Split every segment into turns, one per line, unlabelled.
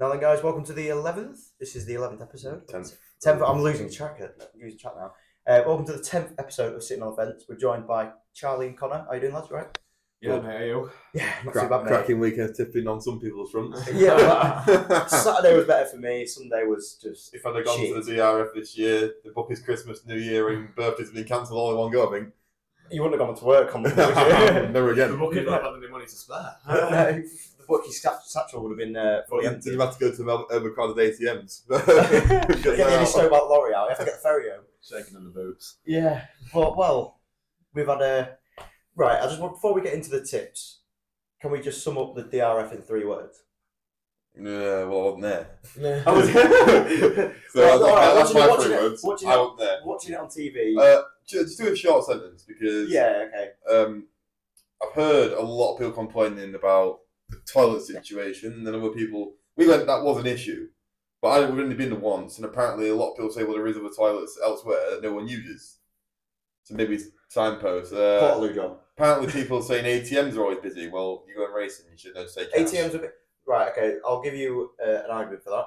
Now then, guys, welcome to the eleventh. This is the eleventh episode.
Tenth.
Tenth. I'm losing track. Of, losing track now. Uh, welcome to the tenth episode of Sitting on the Fence. We're joined by Charlie and Connor. How you doing, lads? Right?
Yeah, mate, are you?
Yeah, not
Crack,
too bad, mate.
cracking weekend tipping on some people's fronts.
Yeah, Saturday was better for me. Sunday was just.
if I'd have gone to the DRF this year, the book is Christmas, New Year, and birthdays have been cancelled all in one go, I think.
You wouldn't have gone to work on the would
Never again.
Looking like that, the money to spare.
you? no, the bookie sat- satchel would have been uh,
But
fully
you,
empty.
you had to go to uh, the overcrowded ATMs.
yeah,
Because
you
they're
only
out.
spoke about L'Oreal. You have to get a ferry home.
Shaking in the boots.
Yeah, well, well, we've had a right. I just want before we get into the tips, can we just sum up the DRF in three words?
uh, yeah, well, I wasn't there.
Yeah.
I was- so
Well,
I think
all right, what
that's
do you-
my
what do
three
you-
words.
what do you-
I wasn't there.
Watching it on TV.
Uh, ju- just do a short sentence because
yeah. Okay.
um, I've heard a lot of people complaining about the toilet situation, and then other people we went that was an issue, but I we've only been to once, and apparently a lot of people say well there is other toilets elsewhere that no one uses, so maybe it's signpost. Uh,
Portaloo job.
apparently people are saying ATMs are always busy. Well, you go and racing, you should know to say cash.
ATMs. A bit, right. Okay. I'll give you uh, an argument for that.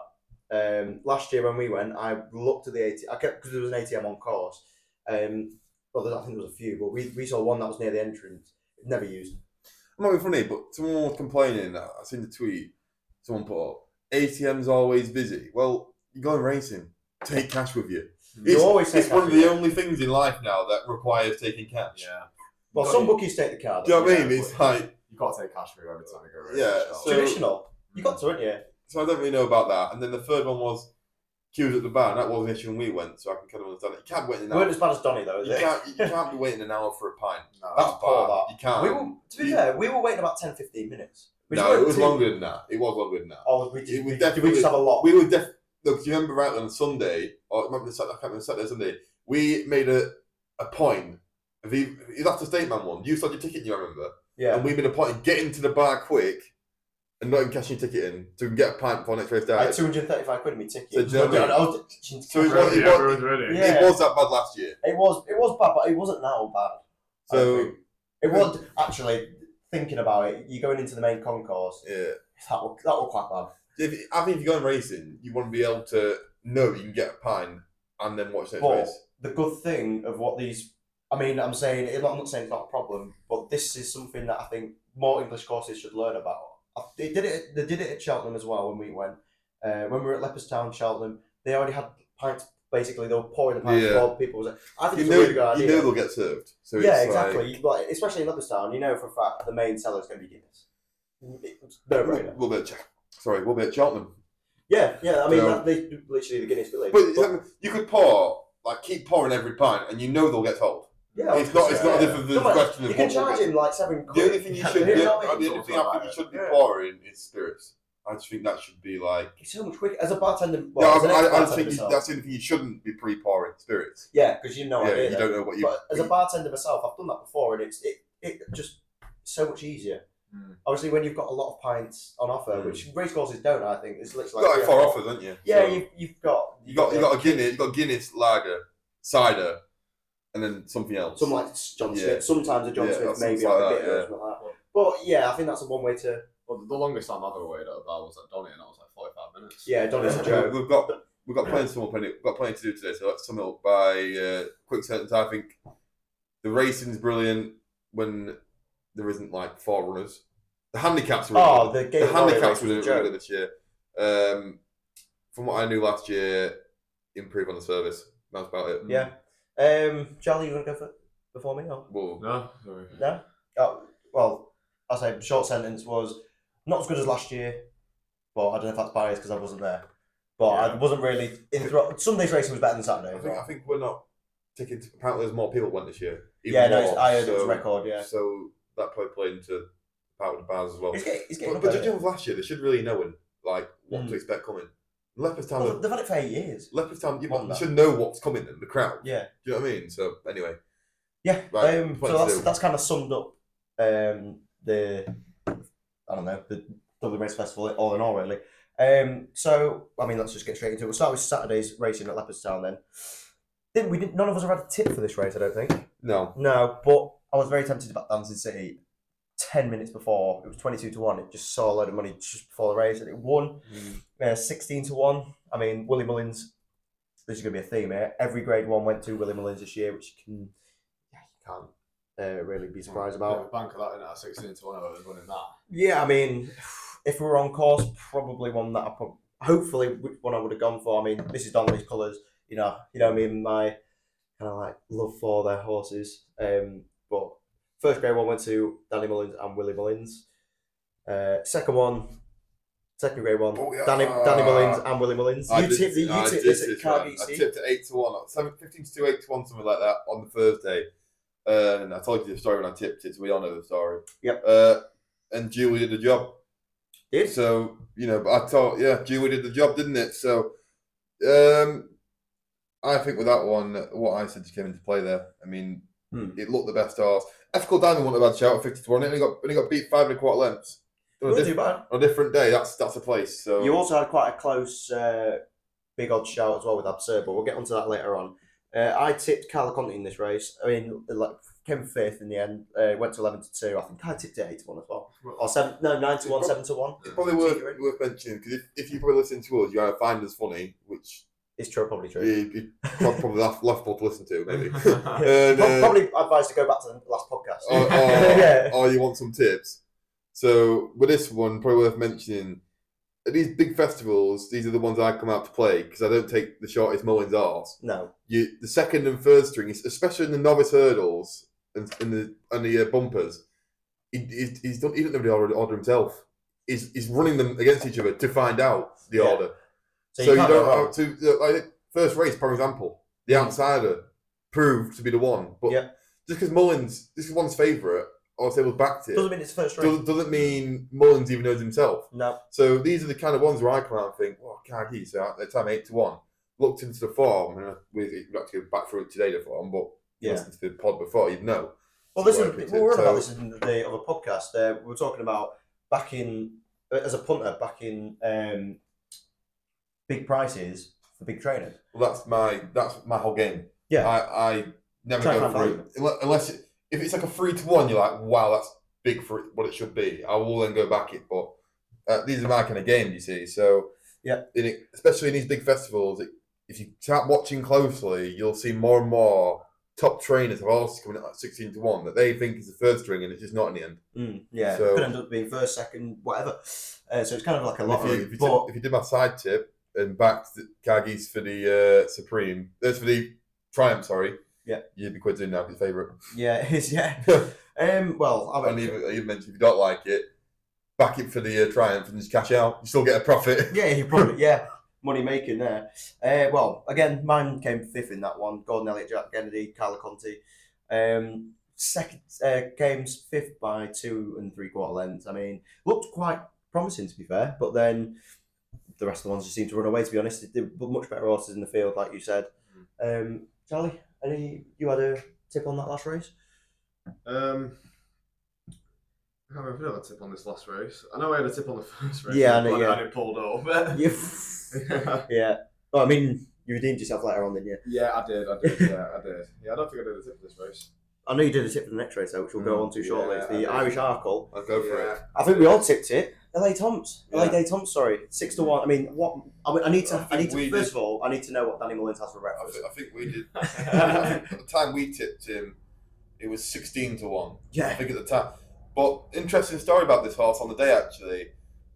Um, last year when we went, I looked at the ATM. I kept because there was an ATM on course. Um, well, there- I think there was a few, but we, we saw one that was near the entrance. Never used.
I'm not being funny, but someone was complaining. I seen the tweet. Someone put up ATMs always busy. Well, you go and racing, take cash with you.
You
It's-
always take
It's one of
cash.
the only things in life now that requires taking cash.
Yeah.
Well, some bookies take the card.
Do you know what I
Yeah,
mean? It's uh,
but-
like
you got to take cash for you every time you go racing.
Yeah,
surely.
so-
Traditional. You got to, haven't you?
so I don't really know about that. And then the third one was queues at the bar, and that was an issue when we went, so I can kind of understand it. You can't wait
We
an
weren't
hour.
as bad as Donny though, is
You
it?
can't, you can't be waiting an hour for a pint.
No,
That's
Oh,
bar.
that.
You can't.
We were, to be
You-
fair, we were waiting about 10, 15 minutes. which
no,
weren't
it was
too-
longer than that. It was longer than that.
Oh, we
It
just,
was
we, did we
definitely-
just have a lot.
We were def. Look, do you remember right on Sunday, or remember the Saturday, I can't remember Saturday, or Sunday, we made a, a point. Of e- that's a statement one. You sold your ticket, you remember?
yeah.
And we made a point of getting to the bar quick and not even cashing your ticket in so we can get a pint before next race day.
I had 235 quid in my ticket.
So do you know what I mean?
I was itching to
So
get
it was-
rid of
Really,
it.
was-
everyone's ready.
Yeah.
It was that bad last year.
It was, it was bad, but it wasn't now bad. I
So,
think. It was, actually, thinking about it, you're going into the main concourse.
yeah.
That was, that was quite bad.
If, I think if you're going racing, you want to be able to know you can get a pint and then watch next
But-
race.
The good thing of what these, I mean, I'm saying, I'm not saying it's not a problem, but this is something that I think more English courses should learn about. I- They did it. They did it at Cheltenham as well when we went. Uh, when we were at Leopardstown, Cheltenham, they already had pints. Basically, they were pouring the pints
Yeah.
for people. was it- I think
You
it's
know,
a really good
you
idea.
know they'll get served. So
yeah,
it's like-
exactly. You- Like, especially in Leopardstown, you know for a fact the main seller is going to be Guinness. It's No
we'll,
brainer.
we'll be at Ch- sorry, we'll be at Cheltenham.
Yeah, yeah. I mean,
No.
that, they literally the Guinness village.
But it's like- you could pour, like keep pouring every pint, and you know they'll get told.
yeah,
it's not. It's not
Oh, yeah.
a different
No, but
question
You
of
can
what we'll
charge
get.
him like seven
The
quid.
only thing you
You
should, yeah,
know what I mean?
the only thing I think you should be pouring is spirits. I just think that should be like.
It's so much quicker as a bartender.
No,
Well, as an
I, I, I
ex-bartender
just think you,
myself-
that's the only thing you shouldn't be pre-pouring spirits.
yeah, because you know I
yeah,
did
you
it.
don't know what you.
But as a bartender myself, I've done that before, and it's it it just so much easier.
Mm.
Obviously, when you've got a lot of pints on offer,
Mm.
which race courses don't, I think it's
you
literally
got
like
it far off, haven't you?
Yeah,
So-
you've, you've got
You got you got a Guinness, you got Guinness lager, cider, and then something else.
some like John
Yeah.
Smith. Sometimes a John
Yeah,
Smith,
that's
maybe
something
like
like
a bit
that,
of like that. But yeah, I think that's a one way to
Well, the- the longest time I've ever waited at a bar was at Donny, and that was like 45 minutes.
yeah. Donny's a
So
joke.
we've got we've got plenty someone plenty we've got plenty to do today, so let's sum it up by uh, quick sentence. I think the racing's brilliant when there isn't like four runners. The handicaps were
Oh, the
the
game.
handicaps were
was a
really good
joke.
this year. Um, from what I knew last year, improve on the service. That's about
Mm.
it.
Yeah. Um, Charlie, you want to go for, before me? Or?
Well,
No? Sorry.
No. Oh, well, I say short sentence was not as good as last year. Well, I don't know if that's biased because I wasn't there, but I
Yeah.
wasn't really in. Thro- Sunday's racing was better than
I
Saturday.
think, I think we're not taking. Apparently, there's more people went this year. even
yeah, no, it's,
more,
I heard it was a
so-
record. Yeah,
So that probably played into part of the bars as well.
it's getting, it's getting
But,
up
but
there,
judging
isn't
from last year, they should really know when, like what
Mm.
to expect coming.
it?
Leopardstown,
Well, they've had it for eight years.
Leopardstown, you,
Won
you
that.
should know what's coming in the crowd.
Yeah.
Do you know what I mean? So anyway,
Yeah.
Right,
um,
point
so that's
two.
that's kind of summed up um, the I don't know the Dublin Race Festival all in all really. Um, so I mean, let's just get straight into it. We'll start with Saturday's racing at Leopardstown then. Didn't we? Didn't, none of us have had a tip for this race, I don't think.
no,
No, but I was very tempted about Dancing City. ten minutes before it was twenty two to one. It just saw a load of money just before the race, and it won uh, sixteen to one. I mean, Willie Mullins. This is going to be a theme here. Every Grade One went to Willie Mullins this year, which you can yeah, you can't uh, really be surprised about.
Yeah, bank of that in at sixteen to one. I was running that.
Yeah, I mean, if we were on course, probably one that I prob- hopefully which one I would have gone for. I mean, Mrs. Donnelly's colours, you know, you know me and my kind of like love for their horses. Um, but first grade one went to Danny Mullins and Willie Mullins. Uh, second one, second grade one,
Oh, yeah.
Danny Danny Mullins and Willie Mullins.
I
you
did-
tipped the,
I
you
did
tipped this at
one.
Cardiff.
I tipped it 8 to 1, or 7, 15 to 2, 8 to 1, something like that, on the Thursday. Uh, and I told you the story when I tipped it, so we all know the story.
Yep.
Uh, and Julie did the job.
Did?
So, you know, but I thought, yeah, Julie did the job, didn't it? So, um, I think with that one, what I said just came into play there. I mean,
Hmm.
it looked the best horse. Ethical Diamond wasn't a bad shout at 50 to 1. It only got, only got beat five and a quarter lengths. On a,
Not
diff-
too bad.
on a different day, that's that's a place. So
You also had quite a close uh, big odd shout as well with Absurd, but we'll get onto that later on. Uh, I tipped Carla Conti in this race. I mean, like came fifth in the end. Uh, went to eleven to two. I think I tipped it eight to one as well, or seven. No, nine to one, seven to one.
It's probably worth, worth mentioning because if, if you probably listen to us, you either find us funny, which
It's true, probably
you,
true.
you prob- probably laugh, laughable to listen to, maybe.
Oh,
Maybe.
and,
Pro-
uh,
probably advised to go back to the last podcast.
or, or,
Yeah.
or oh, you want some tips. So, with this one, probably worth mentioning at these big festivals, these are the ones I come out to play because I don't take the shortest Mullins arse.
no,
You, the second and third string, especially in the novice hurdles and, and the and the uh, bumpers, he, he, he's done, he doesn't know the order, order himself. He's, he's running them against each other to find out the
Yeah.
order.
so, you,
So, you,
can't
don't
go wrong.
have to uh, like first race, for example, the outsider proved to be the one, but
Yeah.
just because Mullins, this is one's favourite, or Sable's backed
Doesn't
it, doesn't,
mean it's first race.
doesn't, mean Mullins even knows himself.
No,
So these are the kind of ones where I come out and think, "Oh, "Well, can't he?" So at the time, eight to one, looked into the form, and we have to go back through it today the form, but
yeah.
listen to the pod before you'd know.
Well, this
Well,
is,
if it's
we were on
in
about
tow-
this in the day of a podcast. Uh, we were talking about back in uh, as a punter back in um, big prices for big training.
Well, that's my that's my whole game.
Yeah.
I, I never
Try
go
and find
through unle- unless it, if it's like a three to one, you're like, wow, that's big for it- what it should be. I will then go back it, but uh, these are my kind of games, you see. So
Yeah.
in it, especially in these big festivals, it, if you start watching closely, you'll see more and more top trainers of horses coming at like sixteen to one that they think is the third string, and it's just not in the end.
Mm, yeah,
So-
could end up being first, second, whatever. Uh, so it's kind of like a
And if
lottery.
you, if, you
but
did, if you did my side tip and backed the Kaggies for the uh, Supreme, that's for the Triumph, sorry.
Yeah.
You'd be quid in now, your favourite.
yeah, it is. Yeah. um. Well, I
And
mean,
even, even mentioned if you don't like it, back it for the uh, Triumph and just cash out. You still get a profit.
yeah, you probably yeah, money making there. Uh. Well, again, mine came fifth in that one. Gordon Elliott, Jack Kennedy, Carla Conti. Um. Second uh, games fifth by two and three quarter lengths. I mean, looked quite promising to be fair, but then the rest of the ones just seemed to run away. To be honest, they were much better horses in the field, like you said. Um, Charlie, any you had a tip on that last race?
Um, I can't remember if I had a tip on this last race. I know I had a tip on the first race.
Yeah, I know,
but
yeah.
And it pulled over.
Yeah.
Yeah.
yeah. Well, I mean, you redeemed yourself later on, didn't you?
I did. I did. Yeah, I did. Yeah, I don't think I did a tip for this race.
I know you did a tip for the next race, though, which we'll go on to
Mm,
shortly.
yeah,
It's
I
the
did.
Irish Arkle.
I'll go for it.
I think we all tipped it. LA Tomps. LA
Yeah.
Day Tomps, sorry. Six to one. I mean, what? I, mean, I need
I
to. I,
think
need to.
we
First of all, I need to know what Danny Mullins has for
I
breakfast.
think, I think we did.
Yeah.
I think at the time we tipped him, it was 16 to 1. I
Yeah.
think at the time. But interesting story about this horse on the day actually.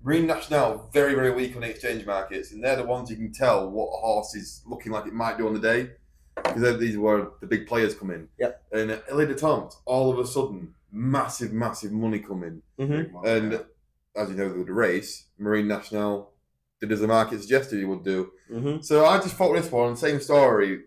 Marine National very very weak on the exchange markets, and they're the ones you can tell what a horse is looking like it might do on the day because these were the big players come in.
Yep.
And uh, Elida Toms, all of a sudden, massive massive money coming,
Mm-hmm.
and as you know with the race, Marine National did as the market suggested he would do.
Mm-hmm.
So I just thought this one, same story.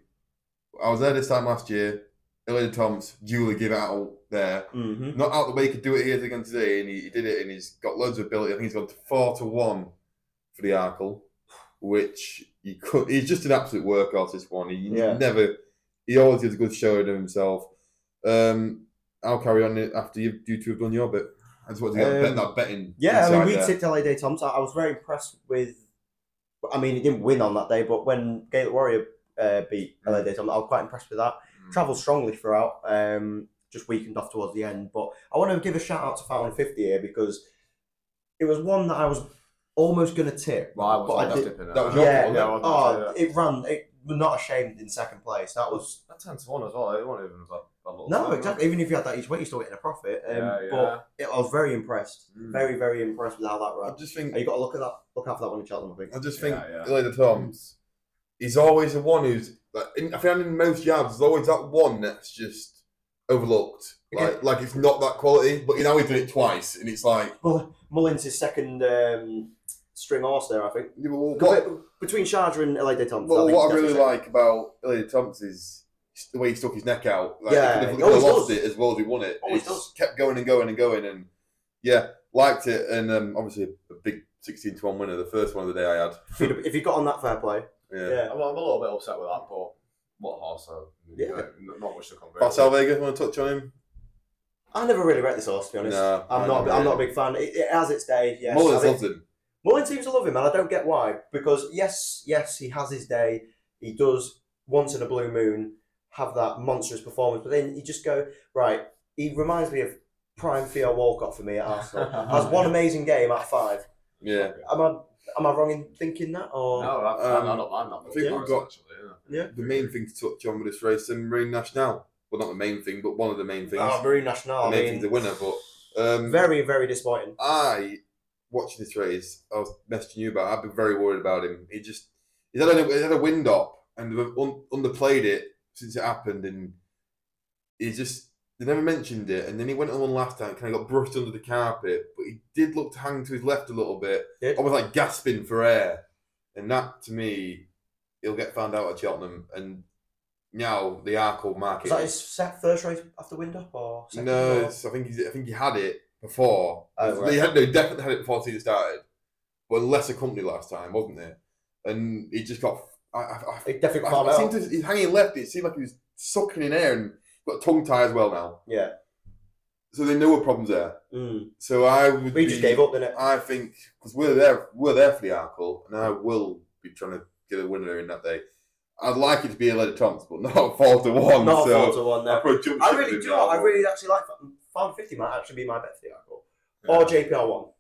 I was there this time last year. Elida Toms, Julie give out there
Mm-hmm.
not out the way he could do it here again today, and he, he did it, and he's got loads of ability. I think he's gone to four to one for the Arkle, which he could. He's just an absolute workhorse. This one, he
Yeah.
never. He always gives a good show of himself. Um, I'll carry on it after you, you two have done your bit. I just want to get
Um,
bet, that betting.
Yeah, I mean,
inside
we
there.
tipped LA Day Toms. I, I was very impressed with. I mean, he didn't win on that day, but when Gaelic Warrior uh, beat LA Day Toms, I was quite impressed with that.
Mm.
Travelled strongly throughout. Um, just weakened off towards the end. But I want to give a shout out to Fountain 50 here because it was one that I was almost going to tip, right?
That was
but
one
I
that's
did.
dipping,
that was
uh,
your
Yeah,
fault,
yeah,
wasn't
I was gonna
Oh,
say
it ran. It we're not ashamed in second place. That was
that. That 10 to 1 as well. It wasn't even about a little
no,
time,
exactly. Even if you had that each week, you're still getting a profit. Um,
Yeah, yeah.
But it, I was very impressed.
Mm.
Very, very impressed with how that
I
ran.
just think
And you got to look at that. Look after that one in Cheltenham. I think.
I just think
Yeah, yeah.
Elaine Toms is always the one who's like in, I found in most yards there's always that one that's just overlooked. Like like it's not that quality, but you know he's done it twice and it's like
Mull- Mullins' his second um, string horse there, I think.
yeah, but what,
Because between Sharjah and L.A. Thompson.
well, what I really like about Elaine Thomas is the way he stuck his neck out. Like,
Yeah,
he could have-
he
he could have
always
lost
does.
it as well as he won it.
Always
It's
does.
kept going and going and going and yeah, liked it and um, obviously a big sixteen to one winner, the first one of the day I had.
If you got on that fair play,
Yeah.
yeah.
I'm, I'm a little bit upset with that, but what a horse, so
Yeah.
not, not much to compare.
Marcel Vega, want to touch on him?
I never really read this horse to be honest.
No,
I'm not. I'm not a big fan. It, it has its day. Yes. I
Mullins
think-
loves him.
Mullins seems to love him, and I don't get why. Because yes, yes, he has his day. He does once in a blue moon have that monstrous performance, but then you just go right. He reminds me of prime Theo Walcott for me at Arsenal. has one amazing game out of five.
Yeah.
Am I am I wrong in thinking that or?
No, I,
Um,
I, I don't mind that.
I think
much,
we've got-
actually,
Yeah.
The main thing to touch on with this race, and Marine Nash now. Well, not the main thing, but one of the main things.
Ah, Marine National.
the
I
main thing's the
mean,
winner, but um,
very very disappointing.
I watching this race. I was messaging you about. it, I've been very worried about him. He just he's had a, he's had a wind up and they've un, underplayed it since it happened, and he just they never mentioned it. And then he went on one last time, kind of got brushed under the carpet, but he did look to hang to his left a little bit,
Did.
almost like gasping for air. And that to me, he'll get found out at Cheltenham, and now they are called market.
Was that his set first race after Windup or second?
No,
or-
it's, I think he's, I think he had it before.
Oh, right.
They had no, definitely had it before season started. But lesser company last time, wasn't it? And he just got. I, I, I,
It definitely
I,
found
I
out.
seemed to, he's hanging left. It seemed like he was sucking in air and got tongue tie as well now.
Yeah.
So they knew what problems there.
Mm.
So I would.
But he just
be-
gave up, didn't it?
I think because we're there, we're there for the Arkle, and I will be trying to get a winner in that day. I'd like it to be a letter Thompson, but not four to one.
Not
so
a four to one
I'll
there.
probably jump
I
ship
really
with
do.
the
know what, I
Arkle.
really actually like Final 50 might actually be my bet for the article.
yeah.
Or JPR one.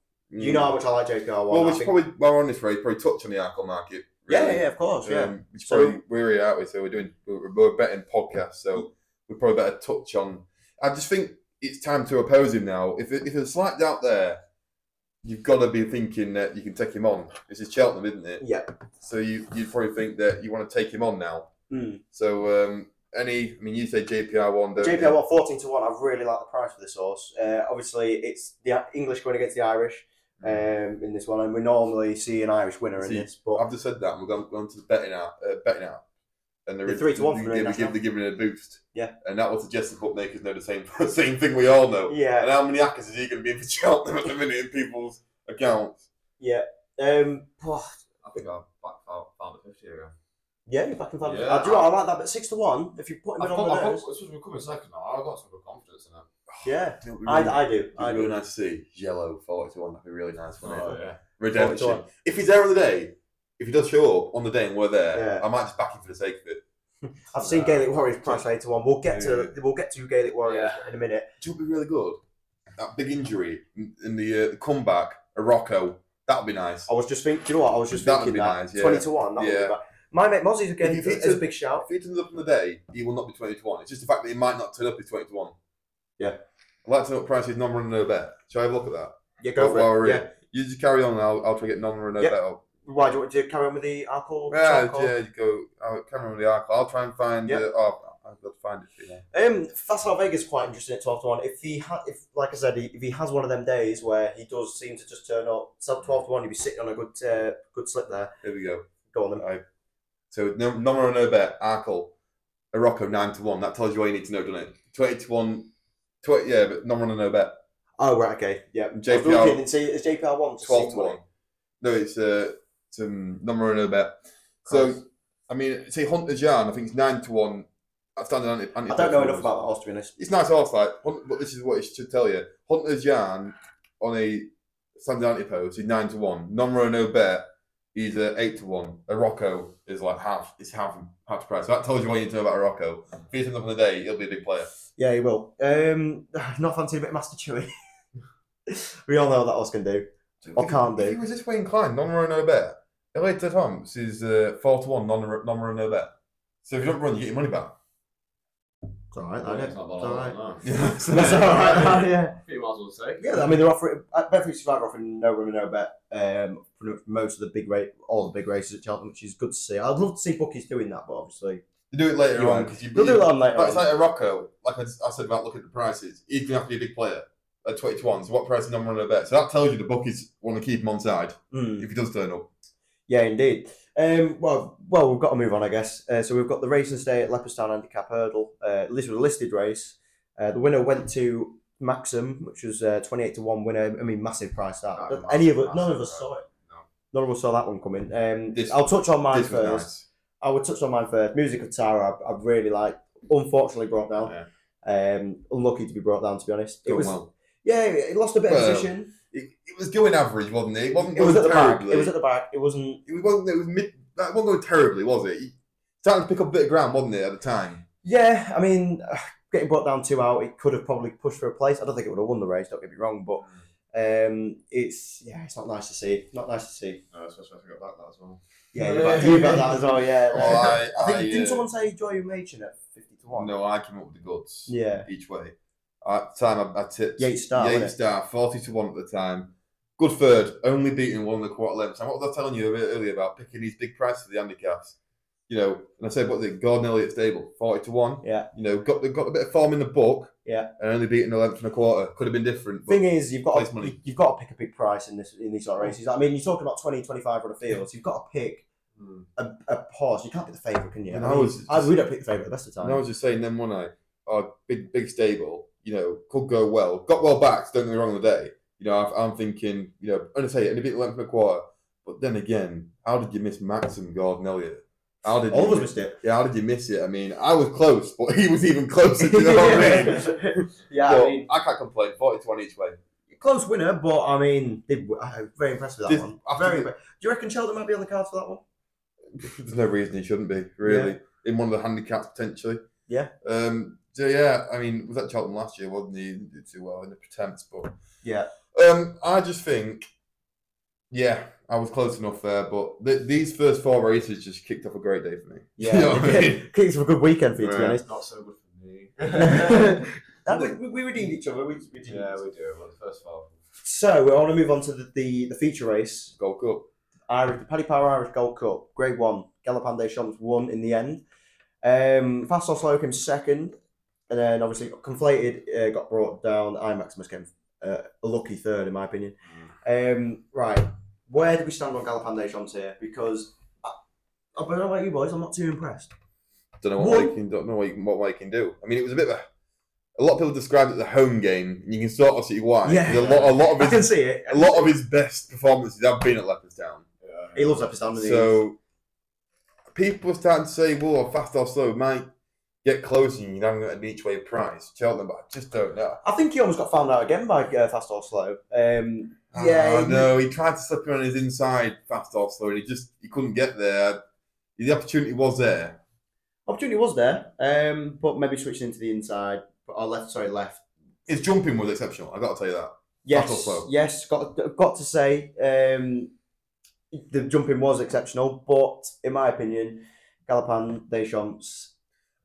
You
Mm.
know how much I like JPR one. I
Well, we should
think-
probably, while we're on this race, probably touch on the alcohol market.
yeah,
really.
yeah, of course, yeah.
Um, we should
So-
probably weary, aren't we? So we're doing, we're, we're betting podcast, so we probably better touch on. I just think it's time to oppose him now. If if there's slight doubt there, you've got to be thinking that you can take him on. This is Cheltenham, isn't it?
Yeah.
uh,
So you you'd probably think that you want to take him on now.
Mm.
So um, any, I mean, you say JPR one, don't
JPR one 14 to one. I really like the price for this horse. Uh, obviously, it's the English going against the Irish
Mm.
um, in this one, and we normally see an Irish winner in
See,
this. But
I've just said that. and We're going, going to the betting app. Uh, betting app. And they're
The three to one for
They,
Marine
they,
National.
give, they giving it a boost.
Yeah.
And that was suggested bookmakers know the same same thing we all know.
yeah,
And how many hackers is he going to be in for Cheltenham at the minute in people's accounts?
um, oh,
I think I back found, found it 50 again.
yeah, if I can find
Yeah.
I do. you know what, I like that, but six to one. If you put him
I've
in
got,
on
I've
the
got,
nose,
it's supposed to be coming second now. I've got some good confidence in it.
yeah,
It'd
Mm.
be really-
I, I do,
it'd be
I
really
do.
nice to see yellow forty one. That'd be really nice for
Oh,
it?
yeah.
Redemption.
41.
If he's there on the day, if he does show up on the day and we're there,
Yeah.
I might just back him for the sake of it.
I've seen Gaelic Warriors price eight to one. We'll get to we'll get to Gaelic Warriors
Yeah.
in a minute.
Do you know what'd be really good? That big injury in in the, uh, the comeback, a Rocco. That'd be nice.
I was just thinking, do you know what? I was just
That would
thinking
be
that
nice, yeah.
twenty to one. That would
Yeah.
be bad. My mate Mozzie's again
If you
is
think
a big shout.
If he turns up on the day, he will not be 20 to 1. It's just the fact that he might not turn up is 20 to 1.
Yeah.
I'd like to know what price is non runner no bet. Shall I have a look at that?
Yeah, go
While
for
we're
it.
in.
Yeah.
You just carry on and I'll, I'll try to get non runner no
Yeah.
bet up.
Why do you want to carry on with the alcohol?
Yeah,
charcoal?
yeah, you go. I can't remember the article. I'll try and find
Yeah.
it. Oh, I'll be able to find it for you now.
Um, Fasal Vega's quite interesting at twelve to one. If he ha- if like I said, he, if he has one of them days where he does seem to just turn up, so twelve to one, you'd be sitting on a good uh, good slip there.
Here we go.
Go on then.
So no, non runner no bet, article, a Rocco 9 to 1. That tells you all you need to know, doesn't it? 20 to 1. 20, yeah, but non runner no bet.
Oh right, okay, yeah. I was
JPR
looking and see is JPR one to
12
six
to 1. No, it's, uh, it's um, non runner no bet. So, I mean, say Hunter Jan, I think it's nine to one. I've done an anti.
I don't know enough about that horse to be honest.
It's nice horse, like, Hunt- but this is what it should tell you. Hunter Jan on a standard anti post is nine to one. Non no bet He's uh, eight to one. A Rocco is like half. It's half half the price. So that tells you what you need to know about a Rocco. If he turns up on the day, he'll be a big player.
Yeah, he will. Um, not fancy a bit of Master Chewy. we all know what that Oz can do. Or can't
If
do.
he was this way inclined, non-run no bet. LA to Thomas is uh, four to one, non-run non no bet. So if you don't run, you get your money back.
It's alright,
No,
that
it's
is. It's
not
all right.
that long, no.
That's
That's alright, yeah.
You might as well say.
Yeah, I mean, they're offering, at Betfred Survivor offering no women, no bet um, for most of the big race, all the big races at Cheltenham, which is good to see. I'd love to see bookies doing that, but obviously.
You do it later
You
on
won't.
because you.
They'll do it on later
But it's
on.
like a Rocco. Like I, I said about looking at the prices, he's gonna have to be a big player at twenty to one. So what price is non-run no bet? So that tells you the bookies want to keep him on side
Mm.
if he does turn up.
Yeah, indeed. Um, well, well, we've got to move on, I guess. Uh, so we've got the racing today at Leopardstown Handicap Hurdle. Uh, this was a listed race. Uh, the winner went to Maxim, which was uh, twenty-eight to one winner. I mean, massive price that.
Oh,
But
massive,
Any of us,
massive
none of us
price.
saw it. None of us saw that one coming. Um,
This-
I'll touch on mine
This was
first.
nice.
I would touch on mine first. Music of Tara, I, I really like. Unfortunately, brought down.
Yeah.
Um, unlucky to be brought down, to be honest. It
Going
was,
well.
yeah, it lost a bit
Well,
of position.
It, it was going average, wasn't it? It wasn't
It was at
going
the back.
terribly.
It was at the back. It wasn't.
It wasn't. It was mid. That wasn't going terribly, was it? He started to pick up a bit of ground, wasn't it, at the time?
Yeah, I mean, getting brought down two out, it could have probably pushed for a place. I don't think it would have won the race. Don't get me wrong, but um, it's yeah, it's not nice to see. Not nice to see.
No, especially if I got back that as well.
Yeah, you're about, you're about that as well. Yeah.
Oh,
Uh,
I,
I think
I,
didn't
uh,
someone say Joy Machin at fifty to one?
No, I came up with the goods.
Yeah.
Each way. At the time, I, I tipped.
Yates Star,
Yates
wasn't it?
Star, 40 to 1 at the time. Good third, only beating one in the quarter length. And what was I telling you a bit earlier about picking these big prices for the handicaps? You know, and I said, what's it, Gordon Elliott's stable, 40 to 1.
Yeah.
You know, got got a bit of form in the book.
Yeah.
And only beating a length and a quarter. Could have been different. But
Thing is, you've got
place
to,
money.
you've got to pick a big price in this in these sort of races. I mean, you're talking about 20, 25 on a field. So you've got to pick
Hmm.
a, a pause. You can't pick the favourite, can you?
And
I
I
mean,
was
I- we don't pick the favourite at the best of times.
And I was just saying then when I our big big stable, you know, could go well. Got well backed, don't get me wrong on the day. You know, I, I'm thinking, you know, I'm say it, and a bit length and a quarter. But then again, how did you miss Maxim Gordon Elliott? How did
All
you
of us
miss,
missed it.
Yeah, how did you miss it? I mean, I was close, but he was even closer, do you know what I mean?
yeah,
But
I mean,
I can't complain, 40 to 1 each way.
close winner, but I mean, they, i very impressed with that
Did-
one.
I
Very.
think-
impre- Do you reckon Cheltenham might be on the cards for that one?
There's no reason he shouldn't be, really. In one of the handicaps potentially.
Yeah.
Um so yeah, I mean, was at Cheltenham last year, wasn't he? He didn't do too well in the pretense, but
Yeah.
Um, I just think, yeah, I was close enough there, but th- these first four races just kicked off a great day for me.
Yeah.
You know what I mean?
It's a good weekend for you, to be
Yeah.
honest.
Not so good for me.
And we, we, we redeemed each other. We, we redeemed.
yeah, we do. Well, the first five.
So we want to move on to the, the, the feature race,
Gold Cup.
Irish, the Paddy Power Irish Gold Cup, Grade One. Galapan Deschamps won in the end. Um, Fast or Slow came second, and then obviously got conflated, uh, got brought down. I Maximus came uh, a lucky third, in my opinion. Um, right, where do we stand on Galapan Deschamps here? Because I, I don't know about you boys, I'm not too impressed.
Don't know what,
What?
way you can don't know what, you, can- what way you can do. I mean, it was a bit of a. A lot of people described it as a home game, and you can sort of see why.
Yeah.
A lot, a lot
I
of his,
can see it.
a lot of his best performances have been at Leopardstown.
Yeah.
He loves Leopardstown, doesn't he?
So people are starting to say, "Well, fast or slow might get close, and you're not going to get an each way price." Cheltenham, but I just don't know.
I think he almost got found out again by uh, Fast or Slow. Um, yeah,
Yeah, Ah, no, he tried to slip it on his inside fast or slow, and he just he couldn't get there. The opportunity was there.
opportunity was there, um, but maybe switching into the inside or left. Sorry, left.
His jumping was exceptional. I got to tell you that.
Yes,
Fast or slow?
yes. Got got to say, um, the jumping was exceptional, but in my opinion, Galapan Deschamps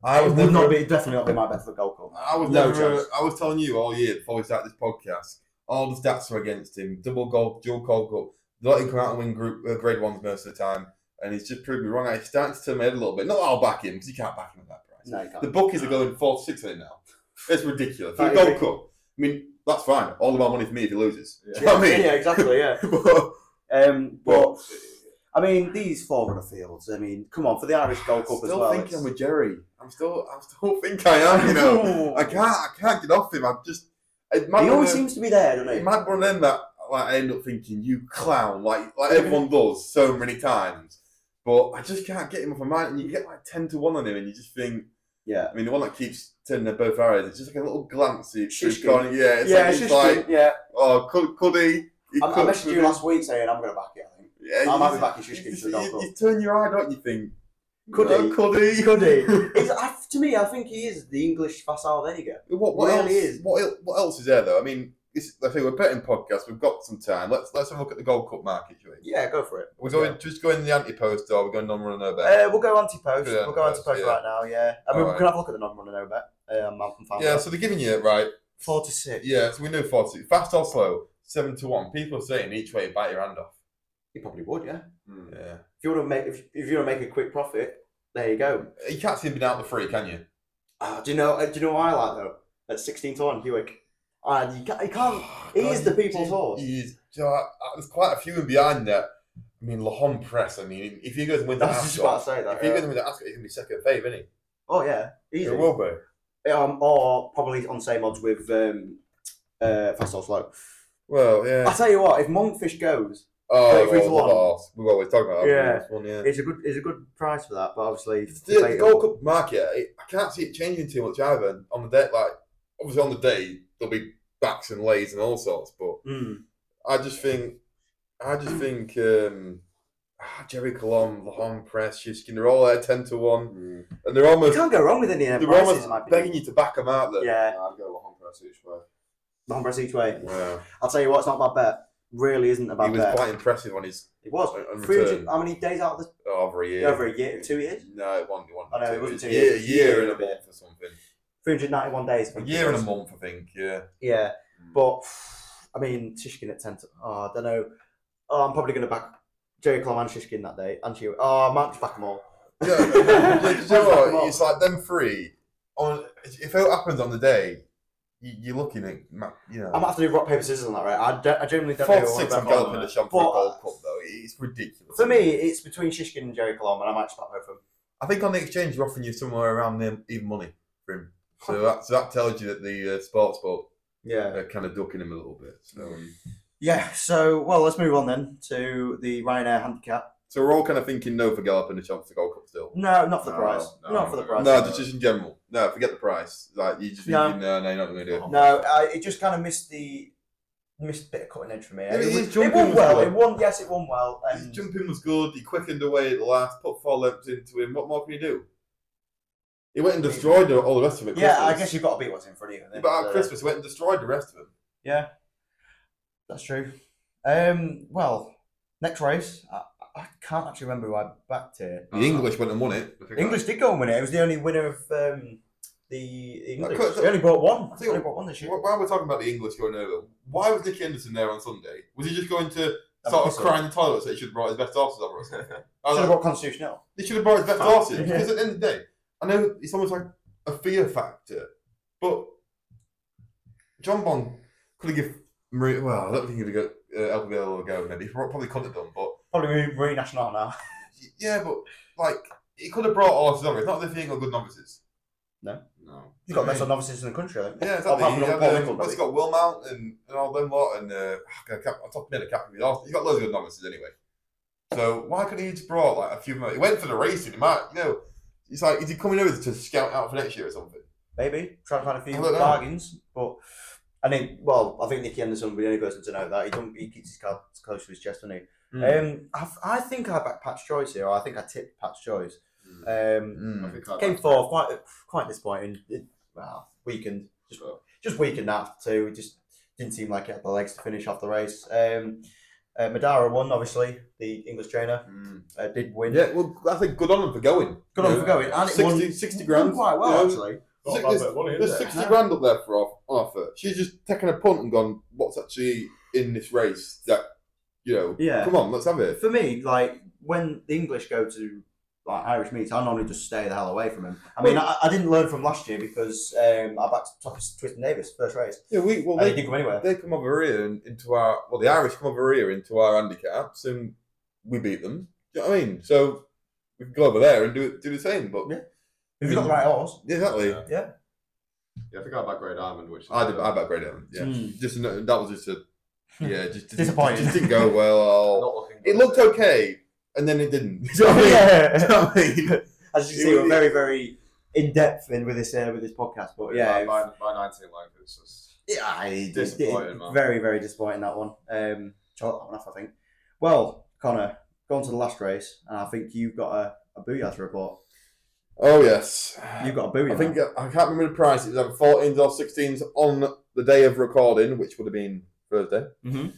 I was
would
never.
not be definitely not be my bet for the Gold Cup.
I was
No
never. uh,
chance.
I was telling you all year before we started this podcast. All the stats are against him. Double goal, dual goal cup. They let him come out and win group uh, grade ones most of the time, and he's just proved me wrong. I started to turn my head a little bit. Not that I'll back him because you can't back him at that price.
No, you can't.
The bookies are going four to six on it now. It's ridiculous. For
I
the gold
agree.
cup. I mean, that's fine. All the my money for me if he loses. Do you know
yeah,
what I mean?
yeah, exactly. Yeah.
But-
Um, but I mean, these forward of fields. I mean, come on for the Irish Gold Cup
still
as well.
thinking
it's-
I'm with Jerry. I'm still, I'm still think I am. You know, I can't, I can't get off him. I'm just. It might
he
be one
always
of them-
seems to be there,
it
doesn't he?
might be one of them that like I end up thinking you clown, like like everyone does so many times. But I just can't get him off my mind, and you get like ten to one on him, and you just think.
Yeah.
I mean, the one that keeps turning their both arrows. It's just like a little glance. It's
Shishkin.
gone. Yeah, it's
yeah,
like,
it's
it's
just
like
yeah.
oh, could, could he? he
I, I
could-
messaged you last week saying I'm going to back it. I think.
Yeah,
I'm
you-
having back his
you,
Shishkin to the golf
you,
club.
you turn your eye, don't you think?
Could
"Oh,
he?
Could he?
Could he? Is, I, to me, I think he is the English Fasal Vega.
What, what
Well,
else?
he is.
What, el- what else is there though? I mean, it's, I think we're betting podcast. We've got some time. Let's let's have a look at the Gold Cup market. shall we?
Yeah, go for it.
We're going just going the anti post or we're going non runner bet.
Uh, we'll go anti-post.
Yeah,
we'll go anti-post
yeah.
right now. Yeah, I mean, we
Alright.
can have a look at the non-runner no bet. Uh, Malcolm Fowler.
yeah, so they're giving you right.
forty-six.
Yeah, so we know forty. Fast or slow, seven to one. People are saying each way, bite your hand off.
You probably would. Yeah.
Yeah,
If you want to make, if, if you want to make a quick profit, there you go.
you can't see him being out the free, can you?
Ah, do you know? Uh, do you know what I like though? At sixteen to one, Hewick. And you can't. You can't He is the people's horse.
He is. Do you know, I- I- there's quite a few in behind that. I mean, Lahom Press. I mean, if he goes and wins
I
the
was just about to
Ascot,
say that.
if he
yeah.
goes and wins the Ascot, he can be second fave, isn't
Oh yeah,
he?
easy.
It will be.
Um, or probably on same odds with um, uh, fast or slow.
Well, yeah.
I tell you what, if Monkfish goes,
Oh,
Thirty-three to one.
well, well, we were always talking about that.
Yeah.
This one, yeah. uh,
it's a good, it's a good price for that. But obviously,
It's the, the
debatable.
Gold Cup market, it, I can't see it changing too much either. On the day, like obviously on the day, there'll be backs and lays and all sorts. But
Mm.
I just think, I just think um, ah, Jerry Colom, Lahom Press, Shishkin, they're all there ten to one, and they're
You
almost
can't go wrong with any of the
they're
prices, in my
almost
opinion.
begging you to back them out there.
Yeah,
I'd go long press each way.
long press each way.
Wow.
I'll tell you what, it's not a bad bet. Really, isn't a bad
he was
bet.
quite impressive on his
it was.
on- on
300
return.
how many days out of the
over a year.
over a year, two years,
No, it wasn't. It wasn't
I know,
two
it wasn't
years.
two years.
A year, year
Year
and a
and a
month or something.
three hundred ninety-one days. I
A
think
year
it
and a
was.
Mm. month, I think. Yeah.
Yeah, but I mean, Shishkin at ten. To, oh, I don't know. Oh, I'm probably going to back Jerry Clom and Shishkin that day, and she. Oh, I might just back them all.
Yeah, but- yeah, do you know what? It's like them three. On if it happens on the day, you, you're looking at ma- you
I
know
might have to do rock paper scissors on that, right? I, don't- I generally don't
four
know.
to
who I
six
want
on
to bet on.
galloping the champ
But-
for a Gold Cup though. It's ridiculous.
For me, it's between Shishkin and Jerry Colom, and I might just back both of them.
I think on the exchange they're offering you somewhere around the even money for him. So that so that tells you that the uh, sports book
Yeah.
are kind of ducking him a little bit. So
Mm.
um,
Yeah. So, well, let's move on then to the Ryanair handicap.
so we're all kind of thinking no for galloping the champ for the Gold Cup still.
No, not for the
No,
prize.
no,
not for the prize.
No, just in general. No, forget the price. Like you just
No. Oh,
thinking, no, no, you're not going to do it.
No, I, it just kind of missed the missed bit of cutting edge for me.
Yeah,
it,
but
was-
his
it
jumping
won
was
well.
good.
It won. Yes, it won well.
His
And
jumping was good. He quickened away at the last, put four lengths into him. What more can he do? He went and destroyed all the rest of it.
yeah, I guess you've got to beat what's in front of you. I think.
But at
Uh,
Christmas, he went and destroyed the rest of them.
Yeah, that's true. Um, well, next race, I, I can't actually remember who I backed here.
Uh-huh.
The English went and won it.
English did go and win it. It was the only winner of um, the English.
could-
They only brought one.
I
They
think-
only brought one this year.
Why are we talking about the English going over? Why was Nick Henderson there on Sunday? Was he just going to
Have
sort
a
of
whistle.
cry in the toilet so he should have brought his best horses over or something? I was
Should have
like,
brought Constitutional.
They should have brought his best
Fuck.
horses because at the end of the day, I know it's almost like a fear factor, but John Bond could have given Marie. Well, I don't think he'd have got uh, LBL a go. Maybe he probably could have done, but
Probably Marine National now.
yeah, but like he could have brought horses over. It's not as if he ain't got good novices.
No.
He's got the best on novices in the country, I think.
Yeah,
Apart from
exactly. He
Paul
had, um,
Nicol,
what's
maybe.
he got Will Mount and, and all them lot, and uh, I can't, I'm talking about a captain with horses. He's got loads of good novices anyway. So why couldn't he just brought like a few? more- He went for the racing. He might, you know, it's like is he coming over to scout out for next year or something?
maybe trying to find a
I
few
don't know.
bargains. But I think, well, I think Nicky Henderson would be the only person to know that he don't he keeps his cards close to his chest, doesn't
Hmm.
he?
Mm.
Um, I've, I think I backed Pat's Choice here. Or I think I tipped Pat's Choice. Um,
Hmm.
I think I'd
came
back-
fourth, quite quite disappointing. It, well, weakened, just just weakened after two. It just didn't seem like it had the legs to finish off the race. Um, uh, Madara won, obviously. The English trainer
hmm.
uh, did win.
Yeah, well, I think good on him for going.
Good on
Yeah.
for going. And it
60,
won,
60
won
grand.
quite well
Yeah.
actually.
There's,
Not a bad
there's-
bit of money,
there's
is it?
60 grand up there for Arth- Arthur. She's just taken a punt and gone, what's actually in this race that, you know,
Yeah.
come on, let's have it.
for me, like when the English go to like Irish meets, I normally just stay the hell away from him. I mean, I, I didn't learn from last year because um, I backed Thomas Tristan Davis first race.
Yeah, we, well,
and he
they,
didn't come anywhere.
they come over here and into our, well, the Irish come over here into our handicaps and we beat them. Do you know what I mean? So we can go over there and do do the same, but
Yeah. If you got the right horse,
Yeah, exactly.
Yeah.
Yeah.
Yeah, I think I'd back Great Diamond, which is
I did, I backgraded him. Yeah,
Mm.
just an- that was just a yeah, just
Disappointing.
Just didn't go well.
uh, not looking
It
good.
looked okay, and then it didn't. Do you know what I mean? Do you know what I mean?
as you can
It
see,
was-
we're very, very in depth in with this uh, with this podcast. But yeah,
by, by, by 19 like it's just
yeah, it- it-
Disappointing, man.
very, very disappointing that one. Um, chalk that one off, I think. Well, Connor, go on to the last race, and I think you've got a, a booyahs report.
Oh yes.
You've got a booyah.
I think uh, I can't remember the price. It was either fourteens or sixteens on the day of recording, which would have been Thursday.
Mhm.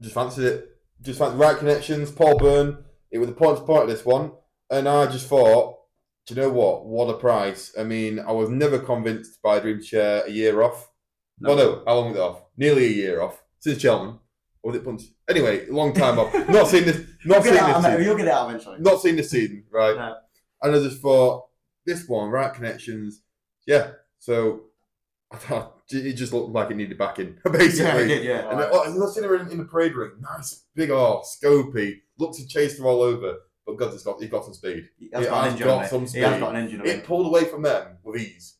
Just fancied it. Just fancied right connections. Paul Byrne. It was the point to point of this one, and I just thought, do you know what? What a price! I mean, I was never convinced by Dream Chair a year off. No, no. How long was it off? Nearly a year off since Cheltenham. Or was it Punch? Anyway, long time off. Not seen this.
you'll
Not
get, it
seen this.
out,
season
mate, you'll get it out eventually.
not seen this season, right?
No.
And I just thought this one, right connections, yeah. So I thought it just looked like it needed backing,
yeah,
basically.
you did, yeah.
And then, oh, let's see her in, in the parade ring. Nice, big arse, scopy. Looked to chase her all over, but God, it's got he got some speed.
He has
It
got an
has
engine.
got
mate.
some
He has
speed.
got an engine.
It pulled away from them with ease.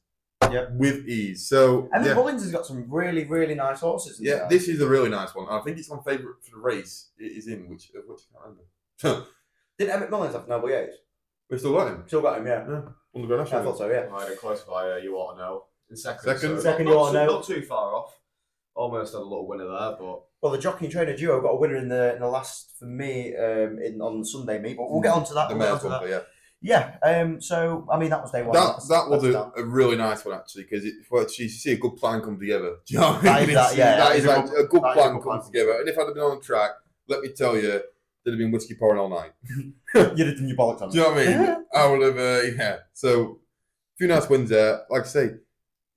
Yeah.
With ease. So
And
yeah,
Mullins has got some really, really nice horses. in
yeah,
there.
this is a really nice one. I think it's my favourite for the race. It is in which of which I can't remember.
did Emmett Mullins have Noble Yates?
We still got him.
Still got him, yeah.
Yeah. On the Grand
I thought
National.
so, yeah.
Right, and close by uh, you ought to know. In second,
Second.
so
Second,
not,
you ought to
not,
know.
Not too far off. Almost had a little winner there, but
Well, the jockey and trainer duo got a winner in the in the last for me um, in on Sunday meet, but we'll get on to that.
Hmm.
uh,
The
We'll get
male
onto that.
bumper, yeah.
Yeah. Um. So I mean, that was day one.
that
That's-
that was
that's
a,
done.
a really nice one actually because it well, you see a good plan come together. Do you know what
That
I mean?
is that-
It's-
yeah,
that is like a good
that is a
plan
good
comes
plan.
together. And if I'd have been on the track, let me tell you, there'd have been whiskey pouring all night.
You'd have done your bollocks on.
Do you know what I
Yeah.
mean? I would have, uh, yeah. So, a few nice wins there. Like I say,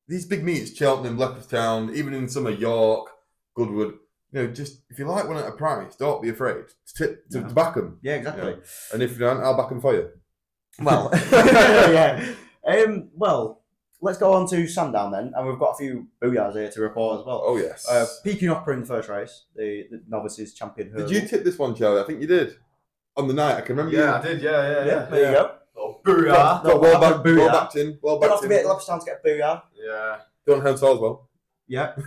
these big meets, Cheltenham, Leopardstown, even in summer, York, Goodwood. You know, just if you like one at a price, don't be afraid to, to, to
No.
back them.
Yeah, exactly.
And if you don't, I'll back them for you.
Well, yeah. Um. Well, let's go on to Sandown then, and we've got a few booyahs here to report as well.
Oh yes.
Uh, Peaking Opera in the first race, the, the novices champion.
Did
hurdle.
you tip this one, Charlie? I think you did. On the night, I can remember
yeah,
you.
I did. Yeah,
Yeah.
yeah, yeah.
There you
Yeah.
go.
Oh, booyah!
No,
Got well
I've got
back, well
booyah.
backed in, well
Don't have
backed
to
in.
be at the last time to get a booyah.
Yeah.
Don't have to as well.
Yeah.